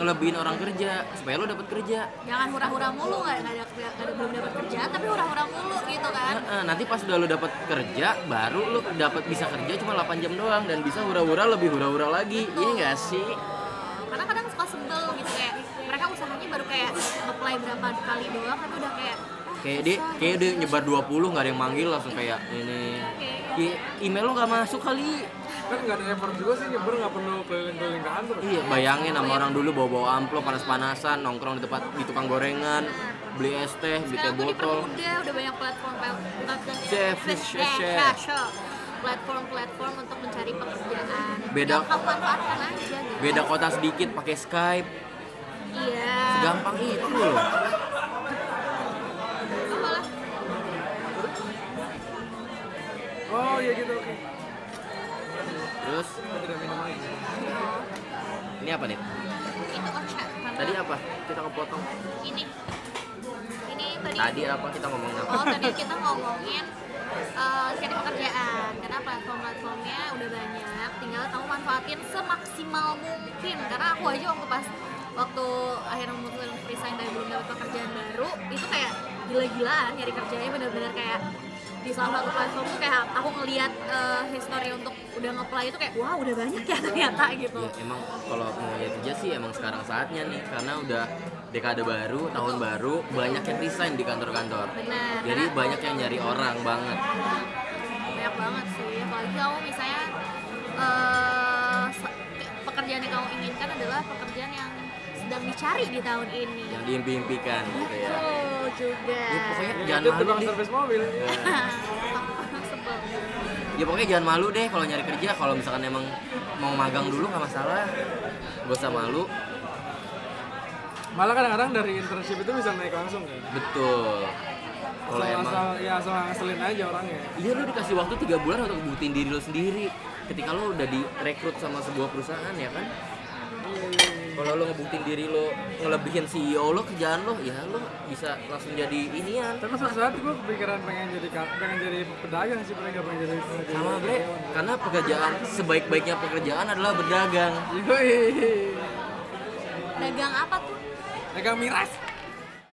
S1: ngelebihin orang kerja supaya lo dapat kerja
S3: jangan hura-hura mulu nggak nggak ada, nggak ada belum dapat kerjaan tapi hura-hura mulu gitu kan
S1: Heeh, nanti pas udah lu dapat kerja, baru lu dapat bisa kerja cuma 8 jam doang dan bisa hura-hura lebih hura-hura lagi. Iya enggak sih?
S3: Eh, karena kadang suka sebel gitu kayak mereka usahanya baru kayak apply berapa kali doang tapi udah kayak ah,
S1: Kayak dia
S3: susah.
S1: kayak dia nyebar 20 nggak ada yang manggil langsung kayak ini. Ya, email lu nggak masuk kali.
S2: kan nggak ada effort juga sih nyebar nggak perlu keliling-keliling kantor
S1: Iya, bayangin sama orang dulu bawa-bawa amplop panas-panasan nongkrong di tempat di tukang gorengan, beli es teh, beli teh
S3: Sekarang tuh
S1: botol.
S3: dipermudah, udah banyak platform platform eh,
S1: Chef, chef, chef.
S3: platform-platform untuk mencari pekerjaan.
S1: Beda-
S3: Yang kamu manfaatkan aja. gitu.
S1: Beda kota sedikit pakai Skype,
S3: Iya.
S1: gampang itu loh.
S3: Apalah.
S2: oh iya gitu oke
S1: Terus
S2: tidak minum lagi
S1: ini apa nih?
S3: Itu ocak. karena
S1: Tadi apa? Kita kepotong.
S3: Ini. Ini tadi.
S1: Tadi apa kita ngomongin apa?
S3: Oh tadi kita ngomongin eh, cari pekerjaan karena platform-platformnya udah banyak tinggal kamu manfaatin semaksimal mungkin karena aku aja waktu pas waktu akhirnya memutuskan untuk resign dari belum dapat pekerjaan baru itu kayak gila-gilaan nyari kerjanya bener-bener kayak di salah satu platform tuh kayak aku ngelihat eh, history untuk udah nge-apply itu kayak wah udah banyak ya ternyata gitu.
S1: Ya, emang kalau mau nyari kerja sih emang sekarang saatnya nih karena udah dekade baru, tahun baru, banyak yang resign di kantor-kantor.
S3: Benar,
S1: Jadi
S3: karena-
S1: banyak yang nyari orang banget.
S3: banyak banget sih apalagi kamu misalnya eh, se- pekerjaan yang kamu inginkan adalah pekerjaan yang sedang dicari di tahun ini
S1: Yang diimpi-impikan gitu ya.
S3: betul juga
S1: Ya, pokoknya
S2: Yang
S1: jangan Ya.
S2: itu
S1: malu
S2: tukang
S1: deh.
S2: servis mobil.
S3: sebel
S1: Ya pokoknya jangan malu deh kalau nyari kerja. Kalau misalkan emang mau magang dulu nggak masalah. Gak usah malu.
S2: Malah kadang-kadang dari internship itu bisa naik langsung kan.
S1: Betul. Kalau
S2: asal,
S1: emang
S2: asal, ya asal ngeselin aja orangnya.
S1: Iya lu dikasih waktu tiga bulan untuk buktiin diri lu sendiri Ketika lu udah direkrut sama sebuah perusahaan ya kan Kalau lu ngebuktiin diri lu ngelebihin CEO lu kerjaan lu Ya lu bisa langsung jadi inian
S2: Tapi suatu saat gue kepikiran pengen jadi ka- pengen jadi pedagang sih, pengen gak pengen jadi pengen
S1: Sama
S2: jadi-
S1: bre Karena pekerjaan sebaik-baiknya pekerjaan adalah berdagang
S2: Yoi.
S3: dagang apa tuh
S2: Dagang miras.